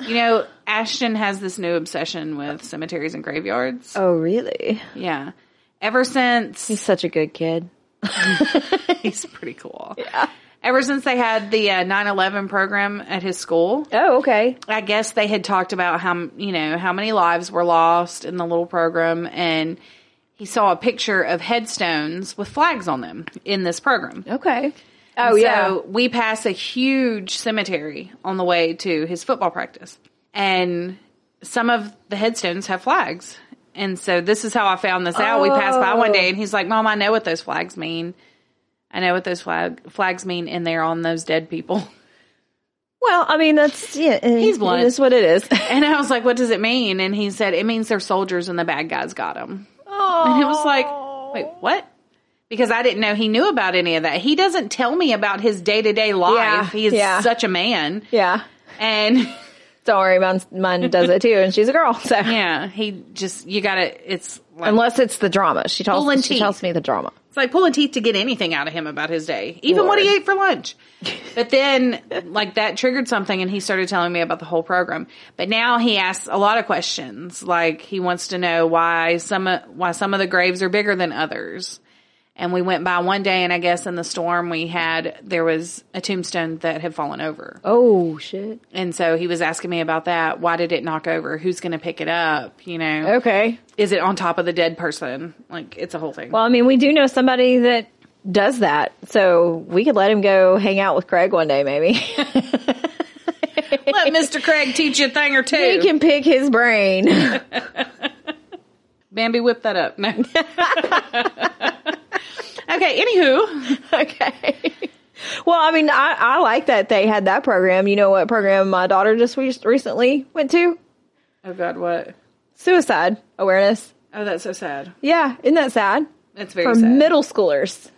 You know, Ashton has this new obsession with cemeteries and graveyards. Oh, really? Yeah. Ever since He's such a good kid. he's pretty cool. Yeah. Ever since they had the uh, 9/11 program at his school, Oh, okay. I guess they had talked about how m- you know how many lives were lost in the little program, and he saw a picture of headstones with flags on them in this program. Okay. Oh, so yeah. we pass a huge cemetery on the way to his football practice, and some of the headstones have flags. And so this is how I found this out. We passed by one day, and he's like, "Mom, I know what those flags mean. I know what those flag flags mean, and they're on those dead people." Well, I mean, that's, yeah. He's blunt. It is what it is. And I was like, "What does it mean?" And he said, "It means they're soldiers, and the bad guys got them." And it was like, "Wait, what?" Because I didn't know he knew about any of that. He doesn't tell me about his day to day Yeah, life. He is yeah. such a man. Yeah. And Don't worry, mine's, mine does it too, and she's a girl. So yeah, he just you gotta. It's like, unless it's the drama, she tells Pulling she teeth. tells me the drama. it's like pulling teeth to get anything out of him about his day, even what he Lord. ate for lunch. But then, like that triggered something, and he started telling me about the whole program. But now he asks a lot of questions. Like he wants to know why some of- why some of the graves are bigger than others. And we went by one day, and I guess in the storm we had there was a tombstone that had fallen over. Oh shit. And so he was asking me about that. Why did it knock over? Who's going to pick it up? You know, Okay. is it on top of the dead person? Like it's a whole thing. Well, I mean, we do know somebody that does that, so we could let him go hang out with Craig one day, maybe. Let Mr. Craig teach you a thing or two. he can pick his brain. Bambi, whip that up. No. okay. Anywho, okay. Well, I mean, I, I like that they had that program. You know what program my daughter just re- recently went to? oh God, what? Suicide awareness. Oh, that's so sad. Yeah, isn't that sad? That's very For sad. middle schoolers.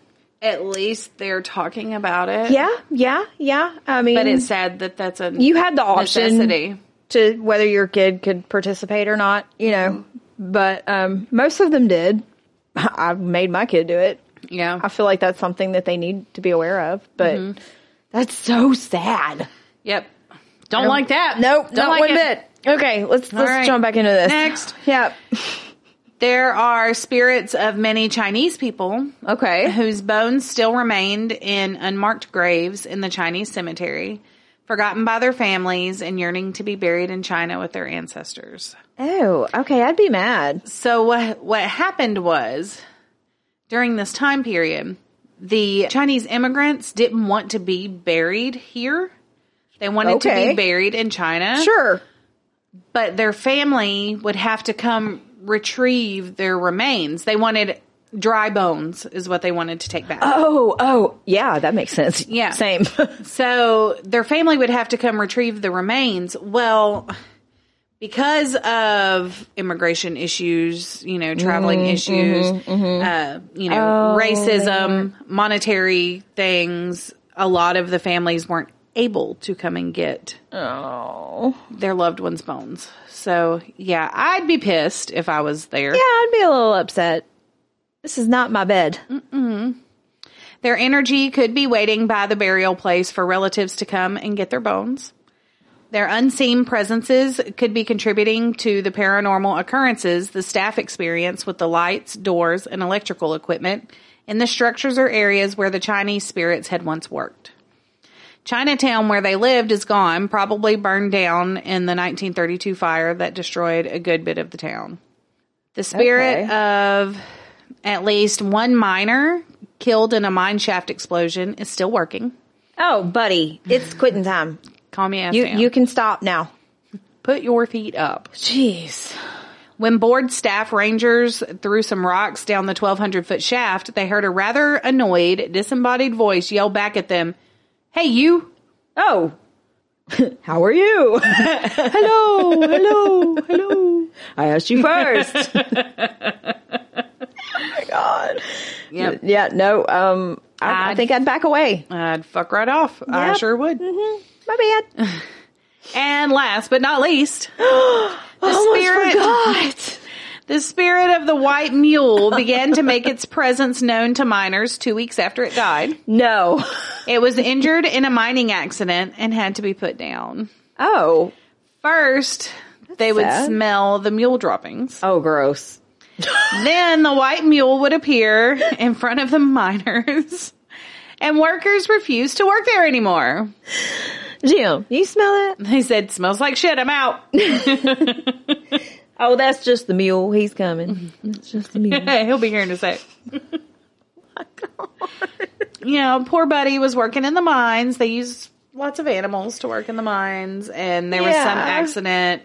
At least they're talking about it. Yeah, yeah, yeah. I mean, but it's sad that that's a you had the option necessity. to whether your kid could participate or not, you Mm-hmm. know. But um, most of them did. I made my kid do it. Yeah, I feel like that's something that they need to be aware of. But Mm-hmm. that's so sad. yep. Don't like that. Nope, Don't not like one it. bit. Okay, let's let's right. jump back into this. Next. Yep. There are spirits of many Chinese people Okay. whose bones still remained in unmarked graves in the Chinese cemetery, forgotten by their families and yearning to be buried in China with their ancestors. Oh, okay. I'd be mad. So what what happened was during this time period, the Chinese immigrants didn't want to be buried here. They wanted to Okay. be buried in China, Sure. but their family would have to come retrieve their remains. They wanted dry bones is what they wanted to take back. Oh, oh, yeah. That makes sense. Yeah. Same. So their family would have to come retrieve the remains. Well, because of immigration issues, you know, traveling Mm-hmm, issues, Uh, you Oh, know, racism, monetary things, a lot of the families weren't able to come and get oh. their loved ones' bones. So, yeah, I'd be pissed if I was there. Yeah, I'd be a little upset. This is not my bed. Mm. Their energy could be waiting by the burial place for relatives to come and get their bones. Their unseen presences could be contributing to the paranormal occurrences the staff experience with the lights, doors, and electrical equipment in the structures or areas where the Chinese spirits had once worked. Chinatown, where they lived, is gone, probably burned down in the 1932 fire that destroyed a good bit of the town. The spirit of at least one miner killed in a mine shaft explosion is still working. Oh, buddy, it's quitting time. Calm your ass You down. you can stop now. put your feet up. Jeez. When board staff rangers threw some rocks down the 1200 foot shaft, they heard a rather annoyed, disembodied voice yell back at them, Hey, you! Oh. How are you? hello, hello, hello. I asked you first. oh my god. Yep. Yeah, no, um I, I I'd- think I'd back away. I'd fuck right off. I Yep. Mm-hmm. sure would. My bad. And last but not least, the spirit. Almost forgot. The spirit of the white mule began to make its presence known to miners two weeks after it died. No. It was injured in a mining accident and had to be put down. Oh. First, they would sad. smell the mule droppings. Oh, gross. Then the white mule would appear in front of the miners, and workers refused to work there anymore. Jim, you smell that? They said, "Smells like shit. I'm out." Oh, that's just the mule. He's coming. That's just the mule. He'll be here in a sec. You know, poor buddy was working in the mines. They use lots of animals to work in the mines, and there was some Yeah. accident,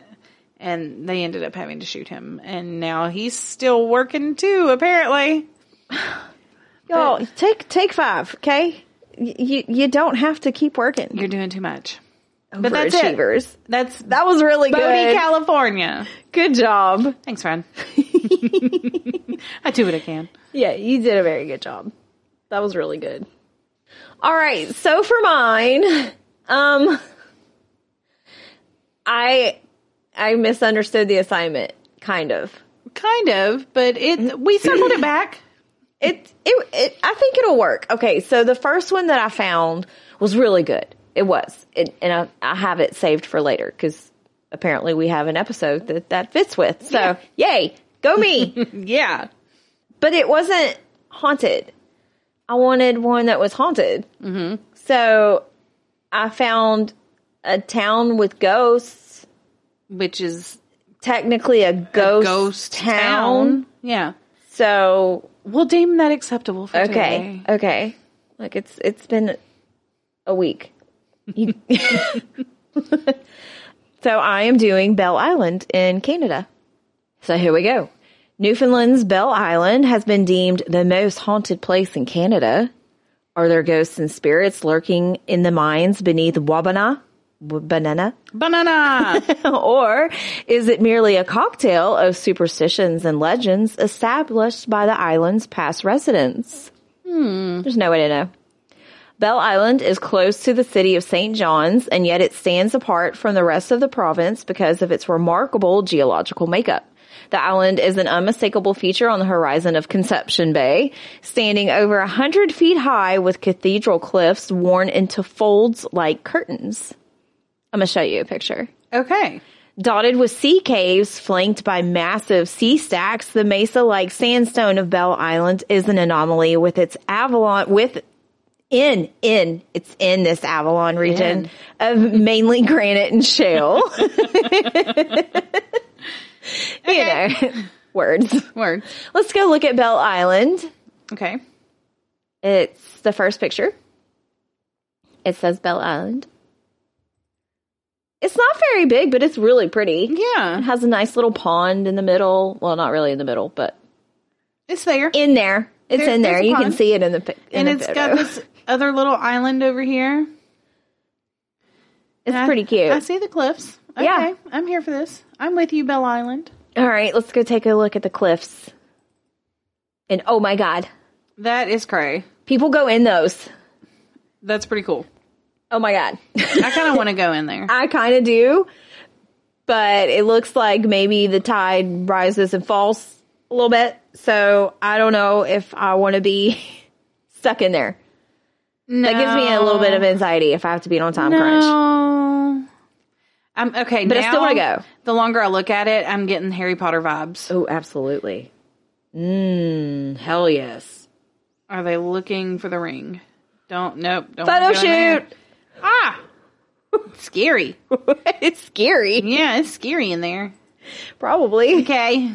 and they ended up having to shoot him. And now he's still working too, apparently. Y'all, take take five, okay? Y- You you don't have to keep working. You're doing too much. But that's it. That's That was really Bodie, good. California. good job. Thanks, friend. I do what I can. Yeah, you did a very good job. That was really good. All right, so for mine, um I I misunderstood the assignment kind of. Kind of, but it we circled it back. It, it it I think it'll work. Okay, so the first one that I found was really good. It was. It, and I I have it saved for later cuz apparently we have an episode that that fits with. So, yay, go me. Yeah. but it wasn't haunted. I wanted one that was haunted. Mm-hmm. So I found a town with ghosts, Which is technically a ghost, ghost town. town. Yeah. So We'll deem that acceptable for okay, today. okay, like it's it's been a week. You- so I am doing Belle Island in Canada. So here we go. Newfoundland's Belle Island has been deemed the most haunted place in Canada. Are there ghosts and spirits lurking in the mines beneath Wabana? Banana? Banana. or is it merely a cocktail of superstitions and legends established by the island's past residents? Hmm. There's no way to know. Belle Island is close to the city of St. John's, and yet it stands apart from the rest of the province because of its remarkable geological makeup. The island is an unmistakable feature on the horizon of Conception Bay, standing over a hundred feet high with cathedral cliffs worn into folds like curtains. I'm gonna show you a picture. okay. Dotted with sea caves flanked by massive sea stacks, the mesa-like sandstone of Belle Island is an anomaly with its Avalon with in in it's in this Avalon region of mainly granite and shale. You know, words. Word. Let's go look at Belle Island. Okay. It's the first picture. It says Belle Island. It's not very big, but it's really pretty. It Yeah. has a nice little pond in the middle. Well, not really in the middle, but It's there. in there. It's There- in there. there's a You can pond. see it in the pic- in and the it's photo. got this other little island over here. it's I- pretty cute. I see the cliffs. Okay. Yeah. I'm here for this. I'm with you, Belle Island. All right, let's go take a look at the cliffs. And oh my god, That is cray. people go in those. That's pretty cool. Oh my god, I kind of want to go in there. I kind of do, but it looks like maybe the tide rises and falls a little bit. So I don't know if I want to be stuck in there. No. That gives me a little bit of anxiety if I have to be on time crunch. No. I'm okay, But I still now, wanna go. The longer I look at it, I'm getting Harry Potter vibes. Oh, absolutely. Mmm, hell yes. Are they looking for the ring? Don't nope. Don't Photo wanna go in there. shoot. Ah, scary. it's scary. Yeah, it's scary in there. Probably. Okay,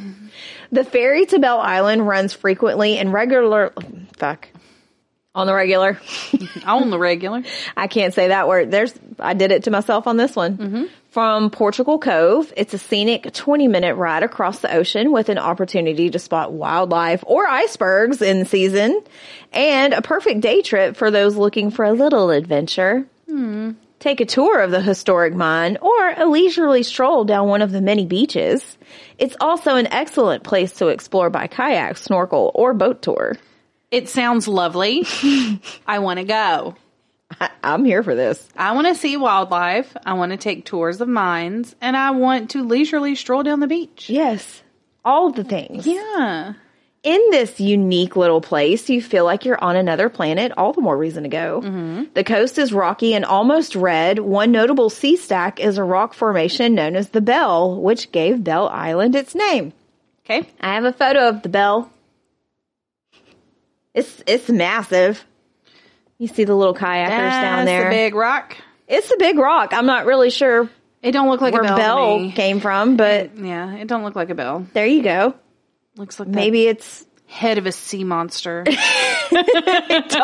The ferry to Belle Island runs frequently and regular. Fuck. On the regular. on the regular. I can't say that word. There's, I did it to myself on this one. From Portugal Cove, it's a scenic 20 minute ride across the ocean with an opportunity to spot wildlife or icebergs in season and a perfect day trip for those looking for a little adventure. Take a tour of the historic mine or a leisurely stroll down one of the many beaches. It's also an excellent place to explore by kayak, snorkel, or boat tour. It sounds lovely. I want to go. I, I'm here for this. I want to see wildlife. I want to take tours of mines, and I want to leisurely stroll down the beach. Yes. All the things. Yeah, in this unique little place, you feel like you're on another planet, all the more reason to go. Mm-hmm. The coast is rocky and almost red. One notable sea stack is a rock formation known as the Bell, which gave Bell Island its name. Okay. I have a photo of the bell. It's it's massive. You see the little kayakers That's down there. a big rock. it's a big rock. I'm not really sure It don't look like where a bell, bell. to me. came from, but Yeah, it don't look like a bell. there you go. Looks like maybe Maybe it's head of a sea monster.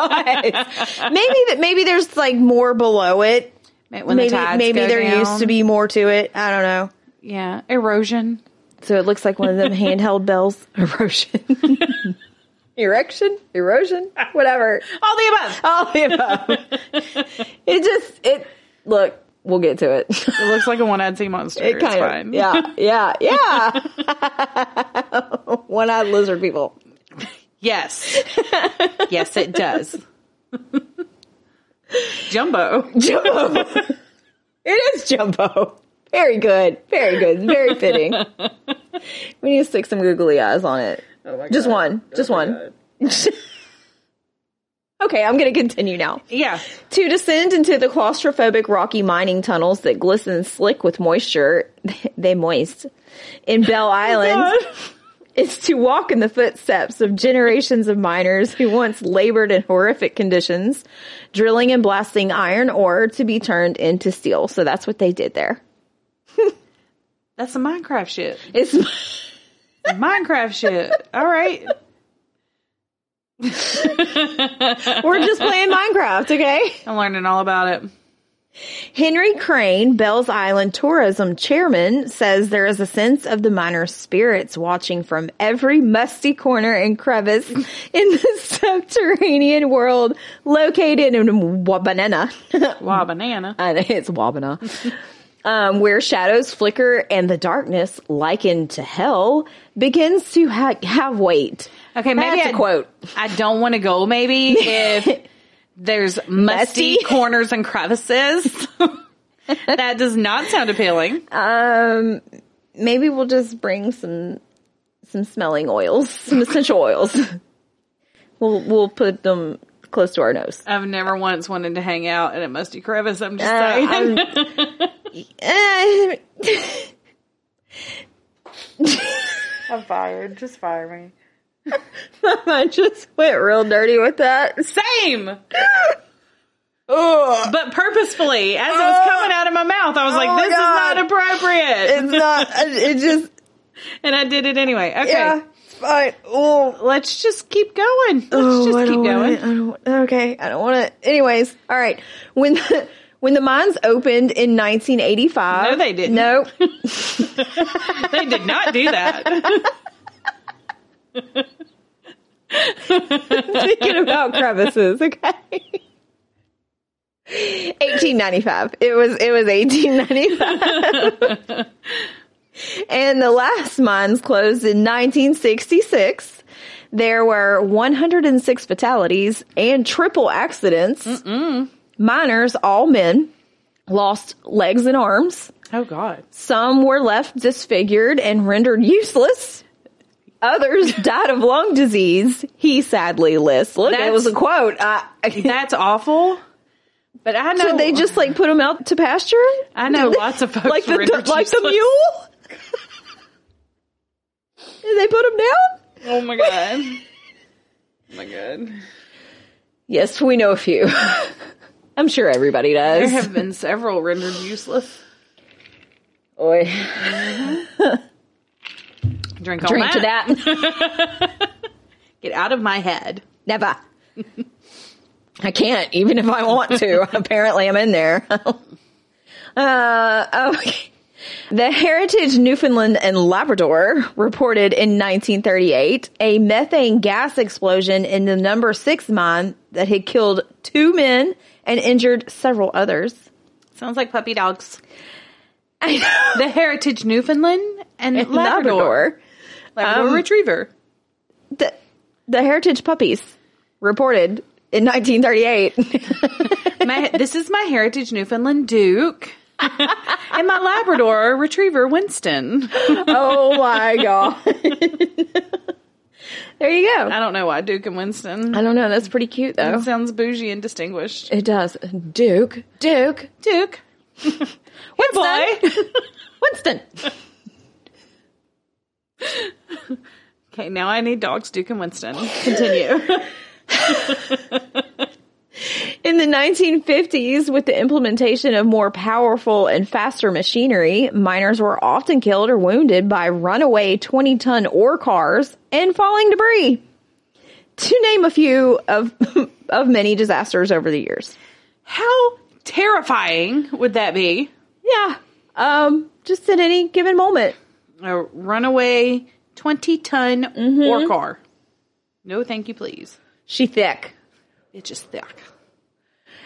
maybe that maybe there's like more below it. when maybe the tides maybe go there down. used to be more to it. I don't know. yeah erosion. So it looks like one of them handheld bells. Erosion. Erection? Erosion? Whatever. All the above. All the above. it just it look, we'll get to it. It looks like a one-eyed sea monster. It it's kind of, fine. yeah, yeah, yeah. One-eyed lizard people. Yes. yes, it does. Jumbo. Jumbo. it is Jumbo. Very good. Very good. Very fitting. we need to stick some googly eyes on it. Oh my Just one. Just one. okay, I'm going to continue now. Yeah. To descend into the claustrophobic rocky mining tunnels that glisten slick with moisture, they moist, in Belle Oh Island is to walk in the footsteps of generations of miners who once labored in horrific conditions, drilling and blasting iron ore to be turned into steel. So that's what they did there. That's some Minecraft shit. It's Minecraft shit. All right. we're just playing Minecraft, okay? I'm learning all about it. Henry Crane, Bells Island Tourism Chairman, says there is a sense of the minor spirits watching from every musty corner and crevice in the subterranean world located in Wabanana. Wow, banana. I know, it's Wabana. um, where shadows flicker and the darkness, likened to hell, begins to ha- have weight. Okay, maybe That's a I- quote. I don't want to go maybe if there's musty Musty? corners and crevices. that does not sound appealing. Um, maybe we'll just bring some some smelling oils, some essential oils. we'll we'll put them close to our nose. I've never once wanted to hang out in a musty crevice. I'm just Uh, saying. I'm- Eh, I'm fired. Just fire me. I just went real dirty with that. Same. But purposefully, as it was coming out of my mouth, I was like, Oh my this God. is not appropriate. It's not. It just. and I did it anyway. Okay. Yeah. It's fine. Oh. Let's just keep going. Let's Oh, just I keep don't want going. it. I don't want- okay, I don't want to. Anyways, all right. When the, when the mines opened in 1985, No, they didn't. Nope. They did not do that. Thinking about crevices. Okay. 1895. It was it was 1895. and the last mines closed in 1966. There were 106 fatalities and triple accidents. Miners, all men, lost legs and arms. oh God. Some were left disfigured and rendered useless. Others died of lung disease. He sadly lists. Look, it That's- was a quote. Uh, That's awful. But I know so they just like put him out to pasture, I know lots of folks like the, rendered like the useless. mule. Did they put him down? Oh my god. Oh my god. Yes, we know a few. I'm sure everybody There does. have been several rendered useless. Oy. Drink all Drink to that. Get out of my head. Never. I can't, even if I want to. Apparently, I'm in there. uh, okay. The Heritage Newfoundland and Labrador reported in 1938 a methane gas explosion in the number six mine that had killed two men and injured several others. Sounds like puppy dogs. I know. The Heritage Newfoundland and Labrador. Labrador Um, Retriever. The, the Heritage Puppies reported in 1938. My, this is my Heritage Newfoundland Duke. and my Labrador Retriever Winston. oh my god. There you go. I don't know why Duke and Winston. I don't know. That's pretty cute though. It sounds bougie and distinguished. It does. Duke. Duke. Duke. Good boy. Winston. Okay, now I need dogs, Duke and Winston. Continue. In the 1950s, with the implementation of more powerful and faster machinery, miners were often killed or wounded by runaway 20 ton ore cars and falling debris. To name a few of, of many disasters over the years. How terrifying would that be? Yeah. Um, just at any given moment. A runaway 20 ton Mm-hmm. ore car. No, thank you, please. She thick. It's just thick.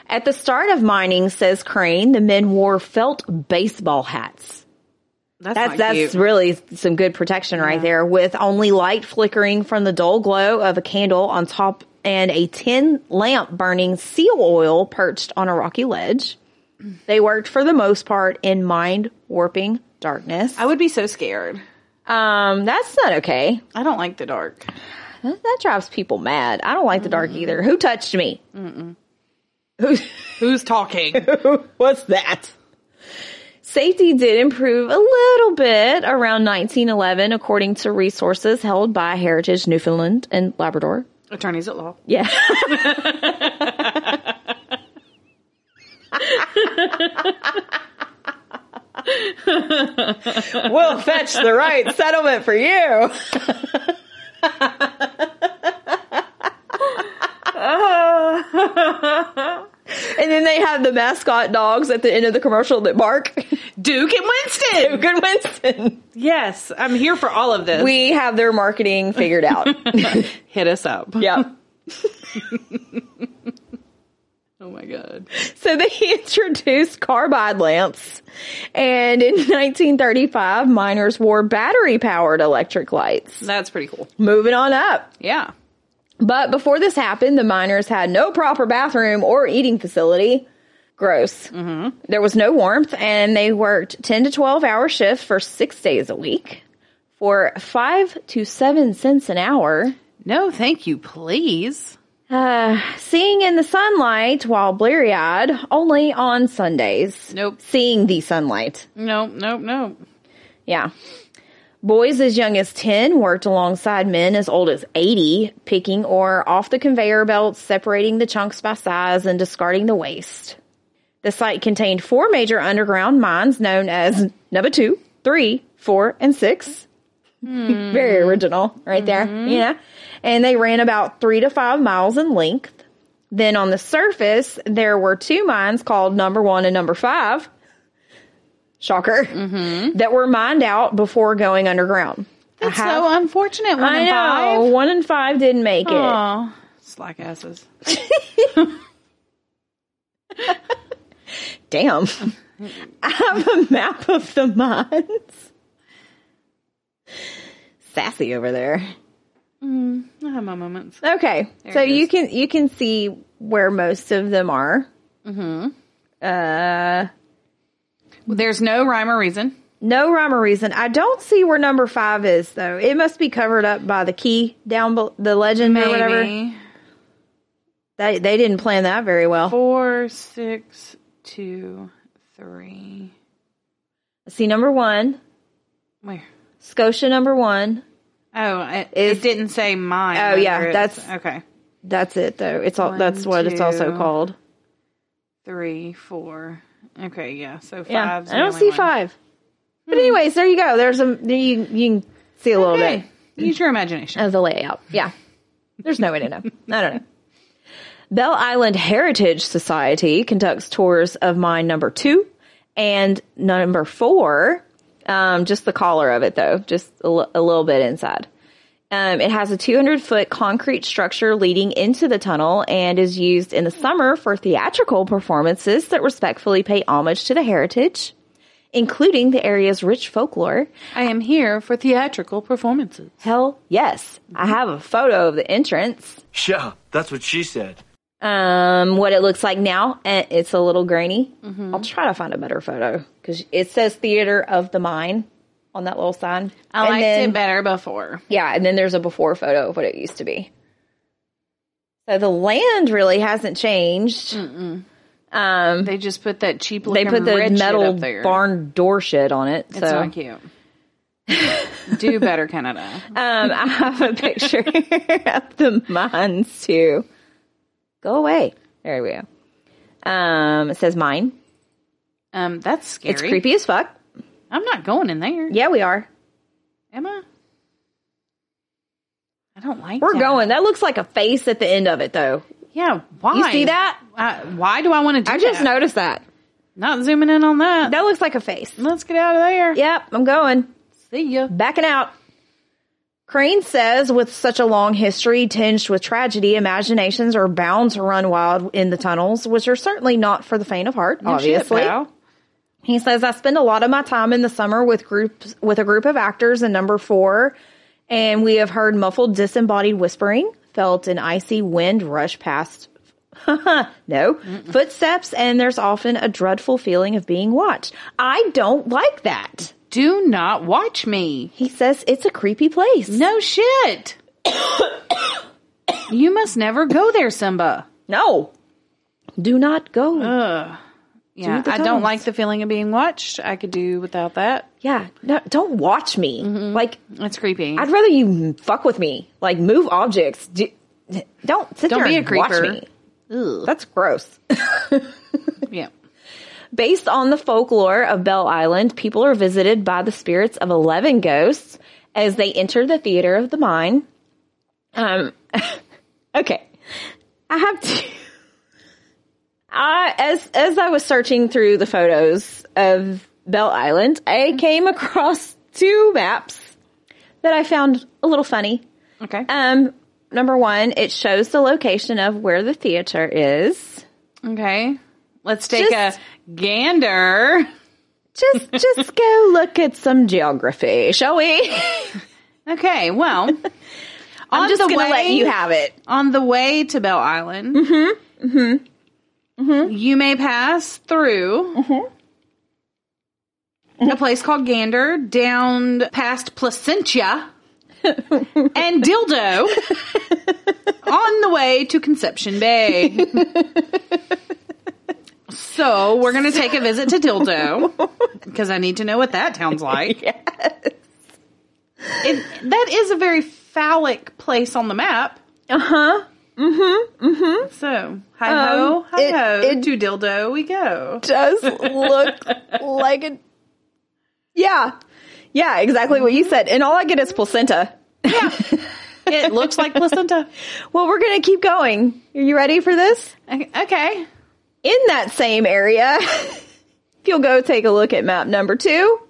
At the start of mining, says Crane, the men wore felt baseball hats. That's, That's not that's cute. really some good protection right there with only light flickering from the dull glow of a candle on top and a tin lamp burning seal oil perched on a rocky ledge. They worked for the most part in mind warping darkness. I would be so scared. Um, that's not okay. I don't like the dark. That, that drives people mad. I don't like the dark either. Who touched me? Who's talking? What's that? Safety did improve a little bit around 1911, according to resources held by Heritage Newfoundland and Labrador. Attorneys at law. Yeah. we'll fetch the right settlement for you. and then they have the mascot dogs at the end of the commercial that bark. Duke and Winston. Good Winston. Yes, I'm here for all of this. We have their marketing figured out. Hit us up. yep. Oh my god. So they introduced carbide lamps. And in 1935, miners wore battery powered electric lights. That's pretty cool. Moving on up. Yeah. But before this happened, the miners had no proper bathroom or eating facility. Gross. Mm-hmm. There was no warmth, and they worked 10 to 12 hour shifts for six days a week for five to seven cents an hour. No, thank you, please. Uh, seeing in the sunlight while bleary eyed, only on Sundays. Nope. Seeing the sunlight. Nope, nope, nope. Yeah. Boys as young as 10 worked alongside men as old as 80, picking ore off the conveyor belts, separating the chunks by size, and discarding the waste. The site contained four major underground mines known as number two, three, four, and six. Very original right there. Mm-hmm. Yeah. And they ran about three to five miles in length. Then on the surface, there were two mines called number one and number five. Shocker. That were mined out before going underground. I Mm-hmm. That's have- so unfortunate. One I in know. five. One in five didn't make it. Aw, slack asses. Damn. I have a map of the mines. Sassy over there. I have my moments. Okay. so it you can you can see where most of them are. There's no rhyme or reason. No rhyme or reason. I don't see where number five is though. It must be covered up by the key down bel the legend or whatever. Maybe. They they didn't plan that very well. Four, six, two, three. See number one, Where? Scotia number one. Oh, it, Is- it didn't say mine. Oh, whether yeah, it's- that's- okay. That's it though. It's all One, that's what it's also two. called. Three, four. Okay, yeah. So five. Yeah, I don't see five. But anyways, there you go. There's a you you can see a little Okay. bit Use your imagination. of the layout. Yeah, there's no way to know. I don't know. Bell Island Heritage Society conducts tours of mine number two and number four. Um, just the collar of it though, just a li- a little bit inside. Um, it has a 200 foot concrete structure leading into the tunnel and is used in the summer for theatrical performances that respectfully pay homage to the heritage, including the area's rich folklore I am here for theatrical performances. Hell yes. I have a photo of the entrance. Yeah, that's what she said. Um, what it looks like now, and it's Mm-hmm. a little grainy. I'll try to find a better photo because it says Theater of the Mine, on that little sign. I And liked then- it better before. Yeah, and then there's a before photo of what it used to be. So the land really hasn't changed. Um, They just put that cheap they Mm, looking put the red shit metal up there. barn door shit on it. It's so not cute. Do better, Canada. Um, I have a picture of the mines too. Go away. There we go. Um, it says mine. Um, that's scary. It's creepy as fuck. I'm not going in there. Yeah, we are. Am I? I don't like. We're that. going. That looks like a face at the end of it, though. Yeah. Why? You see that? Why, why do I want to do I just that? noticed that. Not zooming in on that. That looks like a face. Let's get out of there. Yep, I'm going. See ya. Backing out. Crane says, with such a long history tinged with tragedy, imaginations are bound to run wild in the tunnels, which are certainly not for the faint of heart, No shit, obviously. pal. He says, I spend a lot of my time in the summer with groups with a group of actors in number four, and we have heard muffled disembodied whispering, felt an icy wind rush past no footsteps, and there's often a dreadful feeling of being watched. I don't like that. Do not watch me. He says it's a creepy place. No shit. you must never go there, Simba. No. Do not go. Yeah, the I don't tunnels. like the feeling of being watched. I could do without that. yeah. No, don't watch me. Mm-hmm. Like, It's creepy. I'd rather you fuck with me. Like, move objects. Do, don't sit Don't there be a and watch creeper. me. That's gross. yeah. Based on the folklore of Belle Island, people are visited by the spirits of 11 ghosts as they enter the theater of the mine. Um, okay. I have to. I, as, as I was searching through the photos of Belle Island, I came across two maps that I found a little funny. Okay. Um, number one, it shows the location of where the theater is. okay. Let's take just- a gander. just just go look at some geography, shall we? Okay. Well, I'm just gonna let you have it. on the way to Belle Island. Mm-hmm. Mm-hmm. You may pass through a place called Gander, down past Placentia and Dildo, on the way to Conception Bay. So we're gonna take a visit to Dildo because I need to know what that sounds like. It, that is a very phallic place on the map. Uh Uh-huh. huh. Mm-hmm. So, hi ho, Um, hi ho, it- it- to dildo we go. Does look like a yeah, yeah, exactly what you said. And all I get is placenta. It looks like placenta. Well, we're gonna keep going. Are you ready for this? Okay. In that same area, if you'll go take a look at map number two.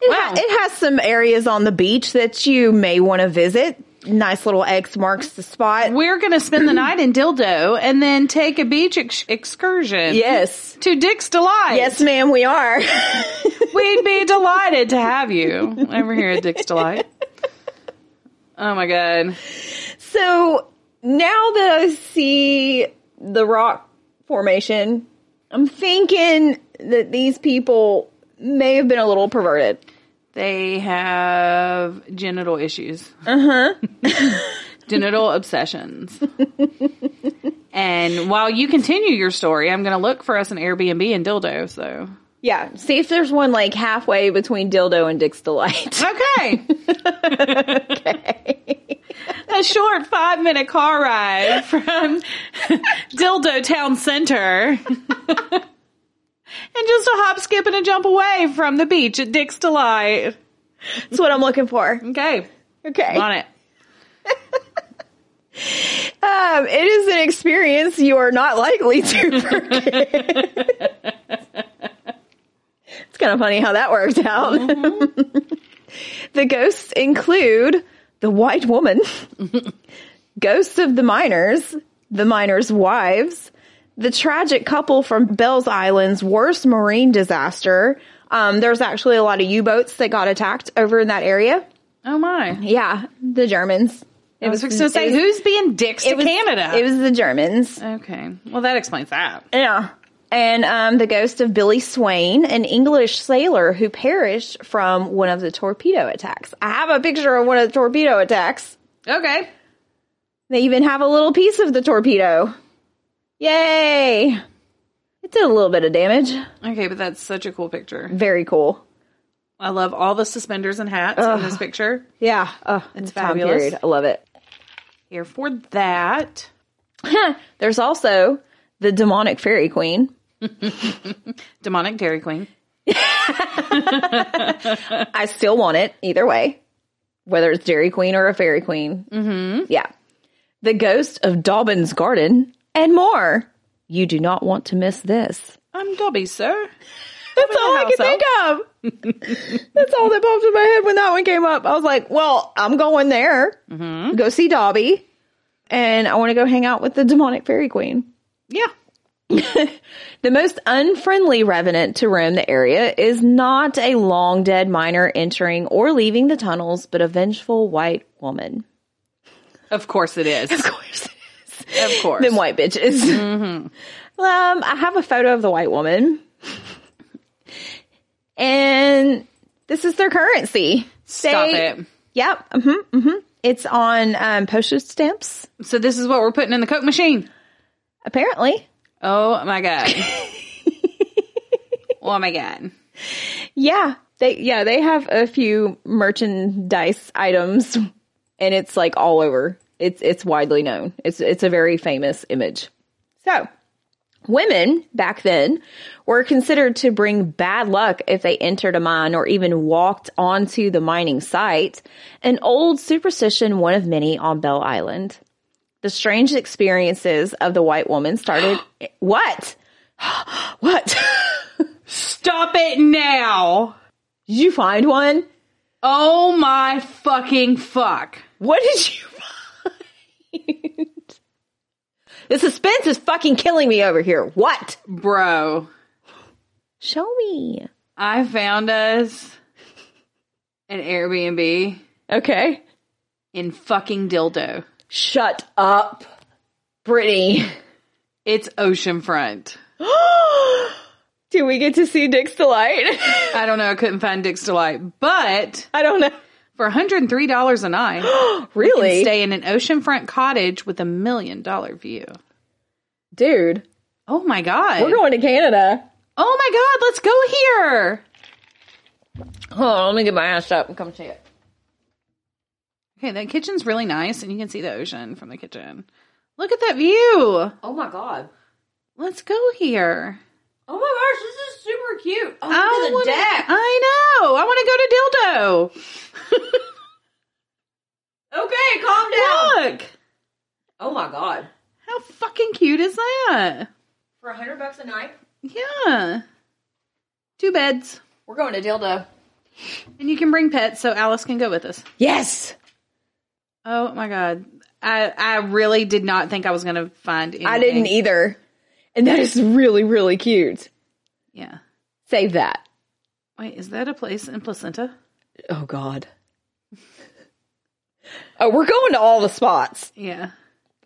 It, ha- Wow. it has some areas on the beach that you may want to visit. Nice little X marks the spot. We're going to spend the night in dildo and then take a beach ex- excursion. Yes. To Dick's Delight. Yes, ma'am, we are. We'd be delighted to have you over here at Dick's Delight. Oh my God. so now that I see the rock formation, I'm thinking that these people may have been a little perverted. They have genital issues. Uh huh. genital obsessions. and while you continue your story, I'm going to look for us an Airbnb in dildo. So. Yeah, see if there's one like halfway between Dildo and Dick's Delight. Okay. A short five minute car ride from Dildo Town Center. and just a hop, skip, and a jump away from the beach at Dick's Delight. That's what I'm looking for. Okay. Okay. On it. Um, it is an experience you are not likely to forget. it's kind of funny how that worked out. Mm-hmm. the ghosts include the white woman, ghosts of the miners, the miners' wives, the tragic couple from Bells Island's worst marine disaster. Um, there's actually a lot of U boats that got attacked over in that area. Oh my. Yeah, the Germans. It I was fixing to say, it was- who's being dicks to it was- Canada? It was the Germans. okay. Well, that explains that. Yeah. and um, the ghost of Billy Swain, an English sailor who perished from one of the torpedo attacks. I have a picture of one of the torpedo attacks. Okay. They even have a little piece of the torpedo. Yay! It did a little bit of damage. Okay, but that's such a cool picture. Very cool. I love all the suspenders and hats in this picture. Yeah. Oh, it's fabulous. I love it. Here for that. There's also the demonic fairy queen. Demonic Dairy Queen. I still want it either way, whether it's Dairy Queen or a Fairy Queen. Mm-hmm. Yeah. The ghost of Dobbin's garden and more. You do not want to miss this. I'm Dobby, sir. That's all I house could think of. That's all that popped in my head when that one came up. I was like, well, I'm going there. Go see Dobby. And I want to go hang out with the demonic fairy queen. Yeah. The most unfriendly revenant to roam the area is not a long dead miner entering or leaving the tunnels, but a vengeful white woman. Of course it is. Of course. Of course. Them white bitches. Mm-hmm. Um, I have a photo of the white woman. and this is their currency. Stop They- it. Yep. hmm hmm It's on um, postage stamps, So this is what we're putting in the Coke machine. apparently. Oh my god. oh my god. Yeah, they yeah they have a few merchandise items, and it's like all over. It's it's widely known. It's it's a very famous image. So, women back then were considered to bring bad luck if they entered a mine or even walked onto the mining site. An old superstition, one of many on Belle Island. The strange experiences of the white woman started. what? what? Stop it now. Did you find one? Oh my fucking fuck. What did you find? the suspense is fucking killing me over here. What? Bro. Show me. I found us an Airbnb Okay. in fucking dildo. Shut up, Brittany. It's oceanfront. Do we get to see Dick's delight? I don't know. I couldn't find Dick's Delight, but I don't know. for $103 a night, you can Really, stay in an oceanfront cottage with a million dollar view. dude? Oh my God. We're going to Canada. oh my God. Let's go here. Hold on, let me get my ass up and come see it. Okay. That kitchen's really nice and you can see the ocean from the kitchen. Look at that view. Oh my god. Let's go here. Oh my gosh, this is super cute. Oh, I wanna- I know. I want to go to dildo. Okay, calm Look. Oh my god. How fucking cute is that? For a hundred bucks a night, Yeah. Two beds. we're going to dildo. And you can bring pets so Alice can go with us. Yes. Oh my god. I I really did not think I was gonna find anything. I didn't either. And that is really, really cute. Yeah. Save that. Wait, is that a place in Placenta? Oh, God. oh, we're going to all the spots. Yeah.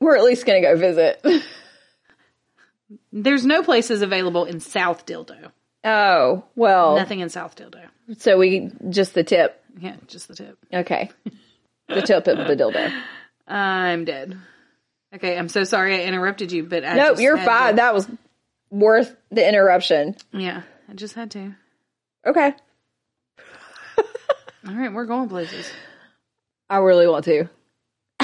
We're at least going to go visit. There's no places available in South Dildo. Oh, well. Nothing in South Dildo. So we just the tip. Yeah, just the tip. Okay. The tip of the dildo. I'm dead. Okay, I'm so sorry I interrupted you, but I Nope, just you're had fine. to- That was worth the interruption. yeah, I just had to. Okay. All right, we're going places. I really want to.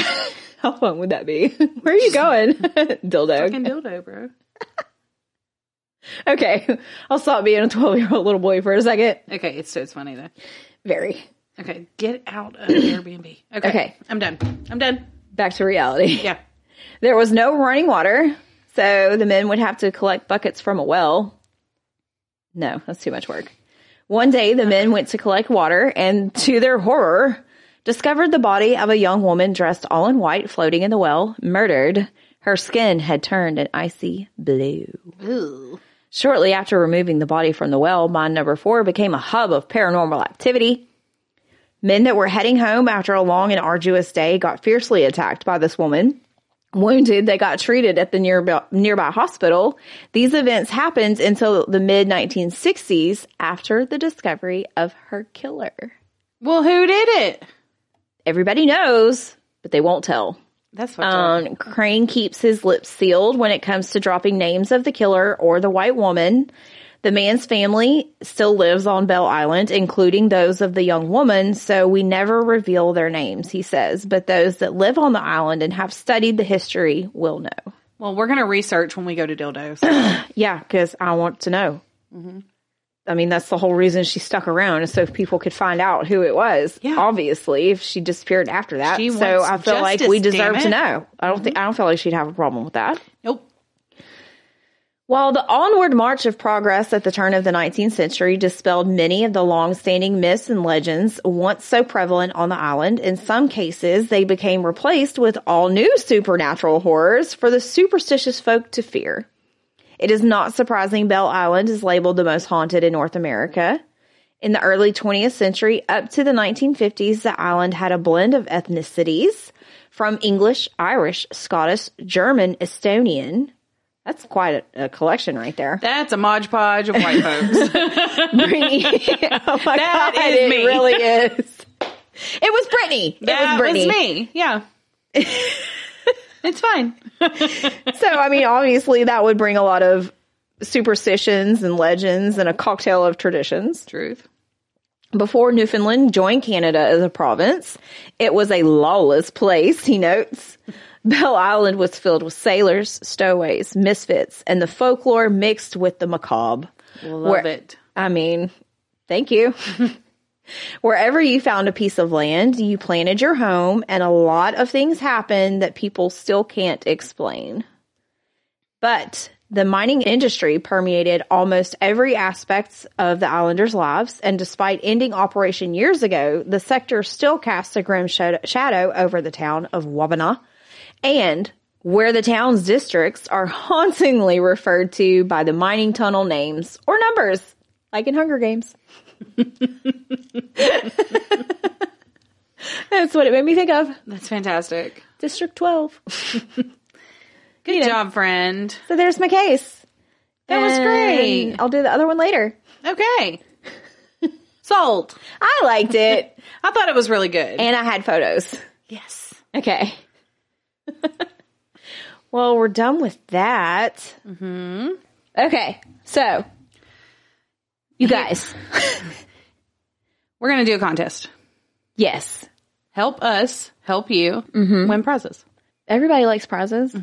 How fun would that be? Where are you going? dildo. Fucking dildo, bro. Okay. I'll stop being a 12 year old little boy for a second. Okay, it's so it's funny though. Very. Okay, get out of Airbnb. Okay. Okay. I'm done. I'm done. Back to reality. Yeah. There was no running water, so the men would have to collect buckets from a well. No, that's too much work. One day, the men went to collect water and, to their horror, discovered the body of a young woman dressed all in white floating in the well, murdered. Her skin had turned an icy blue. Ooh. Shortly after removing the body from the well, mine number four became a hub of paranormal activity. Men that were heading home after a long and arduous day got fiercely attacked by this woman wounded that got treated at the nearby, nearby hospital. These events happened until the mid 1960s after the discovery of her killer. Well, who did it? Everybody knows, but they won't tell. That's what. Um, Crane keeps his lips sealed when it comes to dropping names of the killer or the white woman. The man's family still lives on Belle Island, including those of the young woman, so we never reveal their names, he says. But those that live on the island and have studied the history will know. well, we're gonna research when we go to dildos. Yeah, because I want to know. Mm-hmm. I mean, that's the whole reason she stuck around, is so people could find out who it was. Yeah. Obviously, if she disappeared after that, She so wants I feel like justice, we damn deserve to it. Mm-hmm. know. I don't think I don't feel like she'd have a problem with that. nope. While the onward march of progress at the turn of the 19th century dispelled many of the long-standing myths and legends once so prevalent on the island, in some cases they became replaced with all new supernatural horrors for the superstitious folk to fear. It is not surprising Belle Island is labeled the most haunted in North America. In the early 20th century up to the 1950s, the island had a blend of ethnicities from English, Irish, Scottish, German, Estonian. That's quite a, a collection right there. That's a modge podge of white folks. Brittany. oh my That God, is it me. really is. It was Brittany. it was that Brittany. was me. Yeah. it's fine. So, I mean, obviously, that would bring a lot of superstitions and legends and a cocktail of traditions. Truth. Before Newfoundland joined Canada as a province, it was a lawless place, he notes. Belle Island was filled with sailors, stowaways, misfits, and the folklore mixed with the macabre. Love Where- it. I mean, thank you. Wherever you found a piece of land, you planted your home, and a lot of things happened that people still can't explain. But the mining industry permeated almost every aspect of the islanders' lives, and despite ending operation years ago, the sector still casts a grim shad- shadow over the town of Wabana and where the town's districts are hauntingly referred to by the mining tunnel names or numbers, like in Hunger Games. That's what it made me think of. That's fantastic. District 12. Good job, friend. So there's my case. That was And great. I'll do the other one later. Okay. Sold. I liked it I thought it was really good. and I had photos. yes. Okay. well, we're done with that. Mm-hmm. Okay. So, you guys. We're going to do a contest. Yes. Help us help you win prizes. Everybody likes prizes.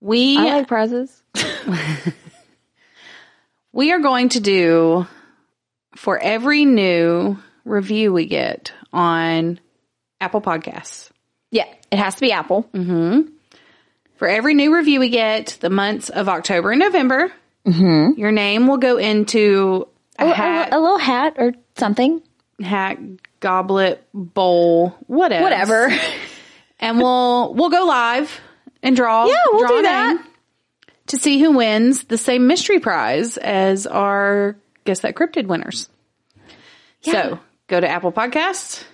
We I like prizes. we are going to do for every new review we get on Apple Podcasts. Yeah, it has to be Apple. For every new review we get, the months of October and November, Mm-hmm. your name will go into a Oh, A- hat, a, a little hat or something. hat, goblet, bowl, whatever, Whatever. and we'll we'll go live and draw. Yeah, we'll draw do a that. name to see who wins the same mystery prize as our guess that cryptid winners. So go to Apple Podcasts,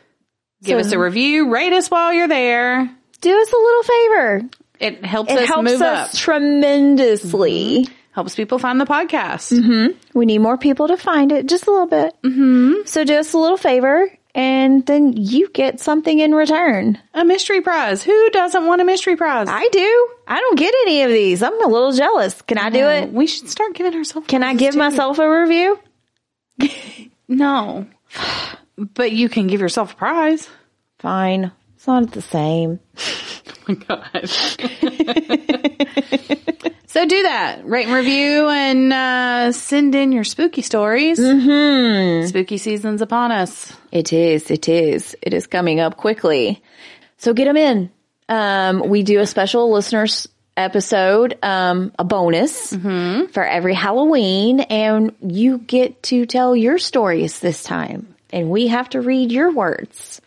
give us a review, rate us while you're there. Do us a little favor. It helps It us helps move us up, tremendously. helps people find the podcast. We need more people to find it, just a little bit. Mm-hmm. So do us a little favor, and then you get something in return. A mystery prize. Who doesn't want a mystery prize? I do. I don't get any of these. I'm a little jealous. Can I do it? we should start giving ourselves. Can I prizes, give too. myself a review? No, but you can give yourself a prize. Fine. It's not the same. So do that. Rate and review and uh, send in your spooky stories. Mm-hmm. Spooky season's upon us. It is. It is. It is coming up quickly. So get them in. Um, we do a special listeners episode, um, a bonus for every Halloween, and you get to tell your stories this time, and we have to read your words.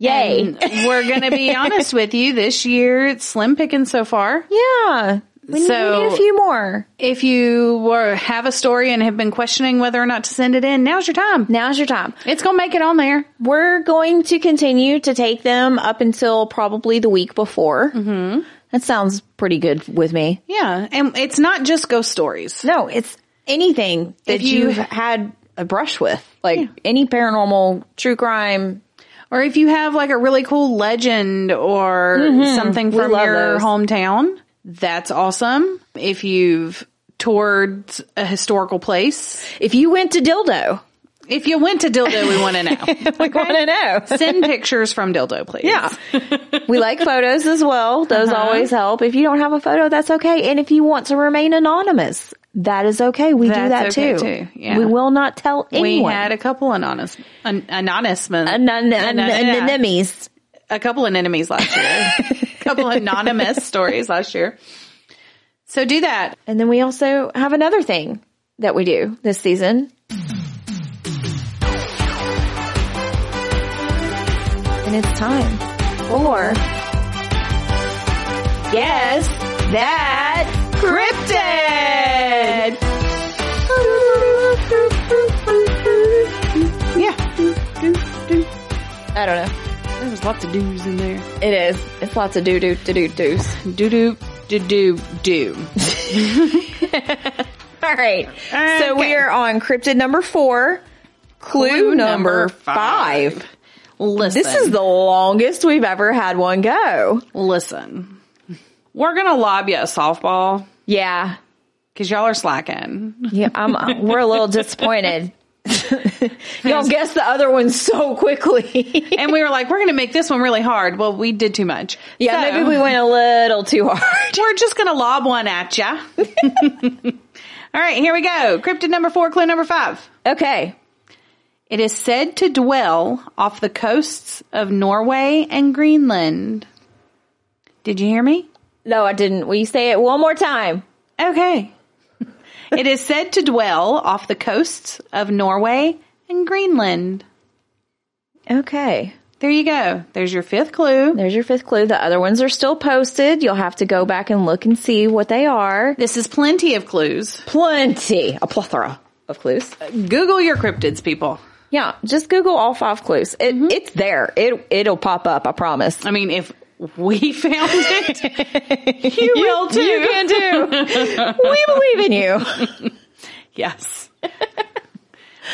Yay! And We're going to be honest with you. This year, it's slim picking so far. yeah, We need, So- we need a few more. If you were have a story and have been questioning whether or not to send it in, now's your time. Now's your time. It's gonna make it on there. We're going to continue to take them up until probably the week before. Mm-hmm. That sounds pretty good with me. Yeah, and it's not just ghost stories. No, it's anything that If you- you've had a brush with, like any paranormal, true crime. Or if you have like a really cool legend or something from Mm-hmm. love your those. hometown, that's awesome. If you've toured a historical place, If you went to Dildo, if you went to Dildo, we want to know. we want to know. Send pictures from Dildo, please. Yeah. we like photos as well. Those always help. If you don't have a photo, that's okay. And if you want to remain anonymous, that is okay. We do that That's okay, too. Yeah. We will not tell We anyone. had a couple anonymous, an, anonymous, Anon- an- Anonymous. anonymies. a couple of enemies last year, a couple anonymous stories last year. So do that. And then we also have another thing that we do this season. And it's time for Guess That Cryptid! Yeah. I don't know. There was lots of do's in there. It is. It's lots of doo doo doo doo doos. Do do do do do. All right. So Okay. we are on cryptid number four, clue, Clue number, number five. Listen. This is the longest we've ever had one go. listen. We're gonna lob you a softball Yeah. because y'all are slacking. Yeah, I'm, uh, we're a little disappointed. Y'all guessed the other one so quickly. and we were like, we're gonna make this one really hard. Well, we did too much. yeah, So, maybe we went a little too hard. We're just gonna lob one at ya. All right, here we go. Cryptid number four, clue number five. Okay. It is said to dwell off the coasts of Norway and Greenland. Did you hear me? No, I didn't. Will you say it one more time? Okay. it is said to dwell off the coasts of Norway and Greenland. Okay. There you go. There's your fifth clue. There's your fifth clue. The other ones are still posted. You'll have to go back and look and see what they are. This is plenty of clues. Plenty, a plethora of clues. Google your cryptids, people. Yeah, just Google all five clues. It, It's there. It it'll pop up. I promise. I mean, if we found it, you, will too. You can do. we believe in you. Yes.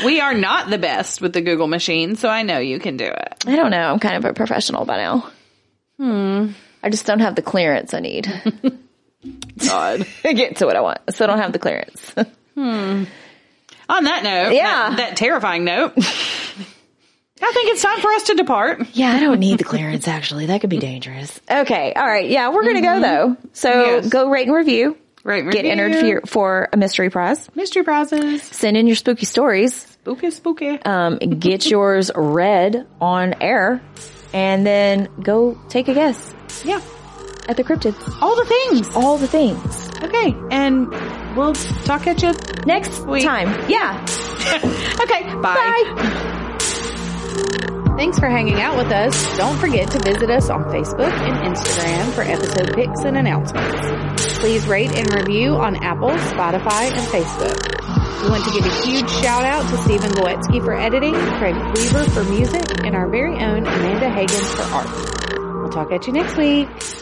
we are not the best with the Google machine, so I know you can do it. I don't know. I'm kind of a professional by now. Hmm. I just don't have the clearance I need God. to get to what I want. So I don't have the clearance. On that note, Yeah. that, that terrifying note, I think it's time for us to depart. yeah, I don't need the clearance actually. That could be dangerous. Mm-hmm. Okay. All right. Yeah, we're going to go though. So Yes. go rate and review. Right, Get entered for, your, for a mystery prize. mystery prizes. Send in your spooky stories. Spooky, spooky. um, get yours read on air, and then go take a guess yeah, at the cryptids. all the things. All the things. Okay, and we'll talk at you. Next Wait. time. Yeah. Okay, bye. Thanks for hanging out with us. Don't forget to visit us on Facebook and Instagram for episode picks and announcements. Please rate and review on Apple, Spotify, and Facebook. We want to give a huge shout out to Stephen Goetsky for editing, Craig Weaver for music, and our very own Amanda Higgins for art. We'll talk at you next week.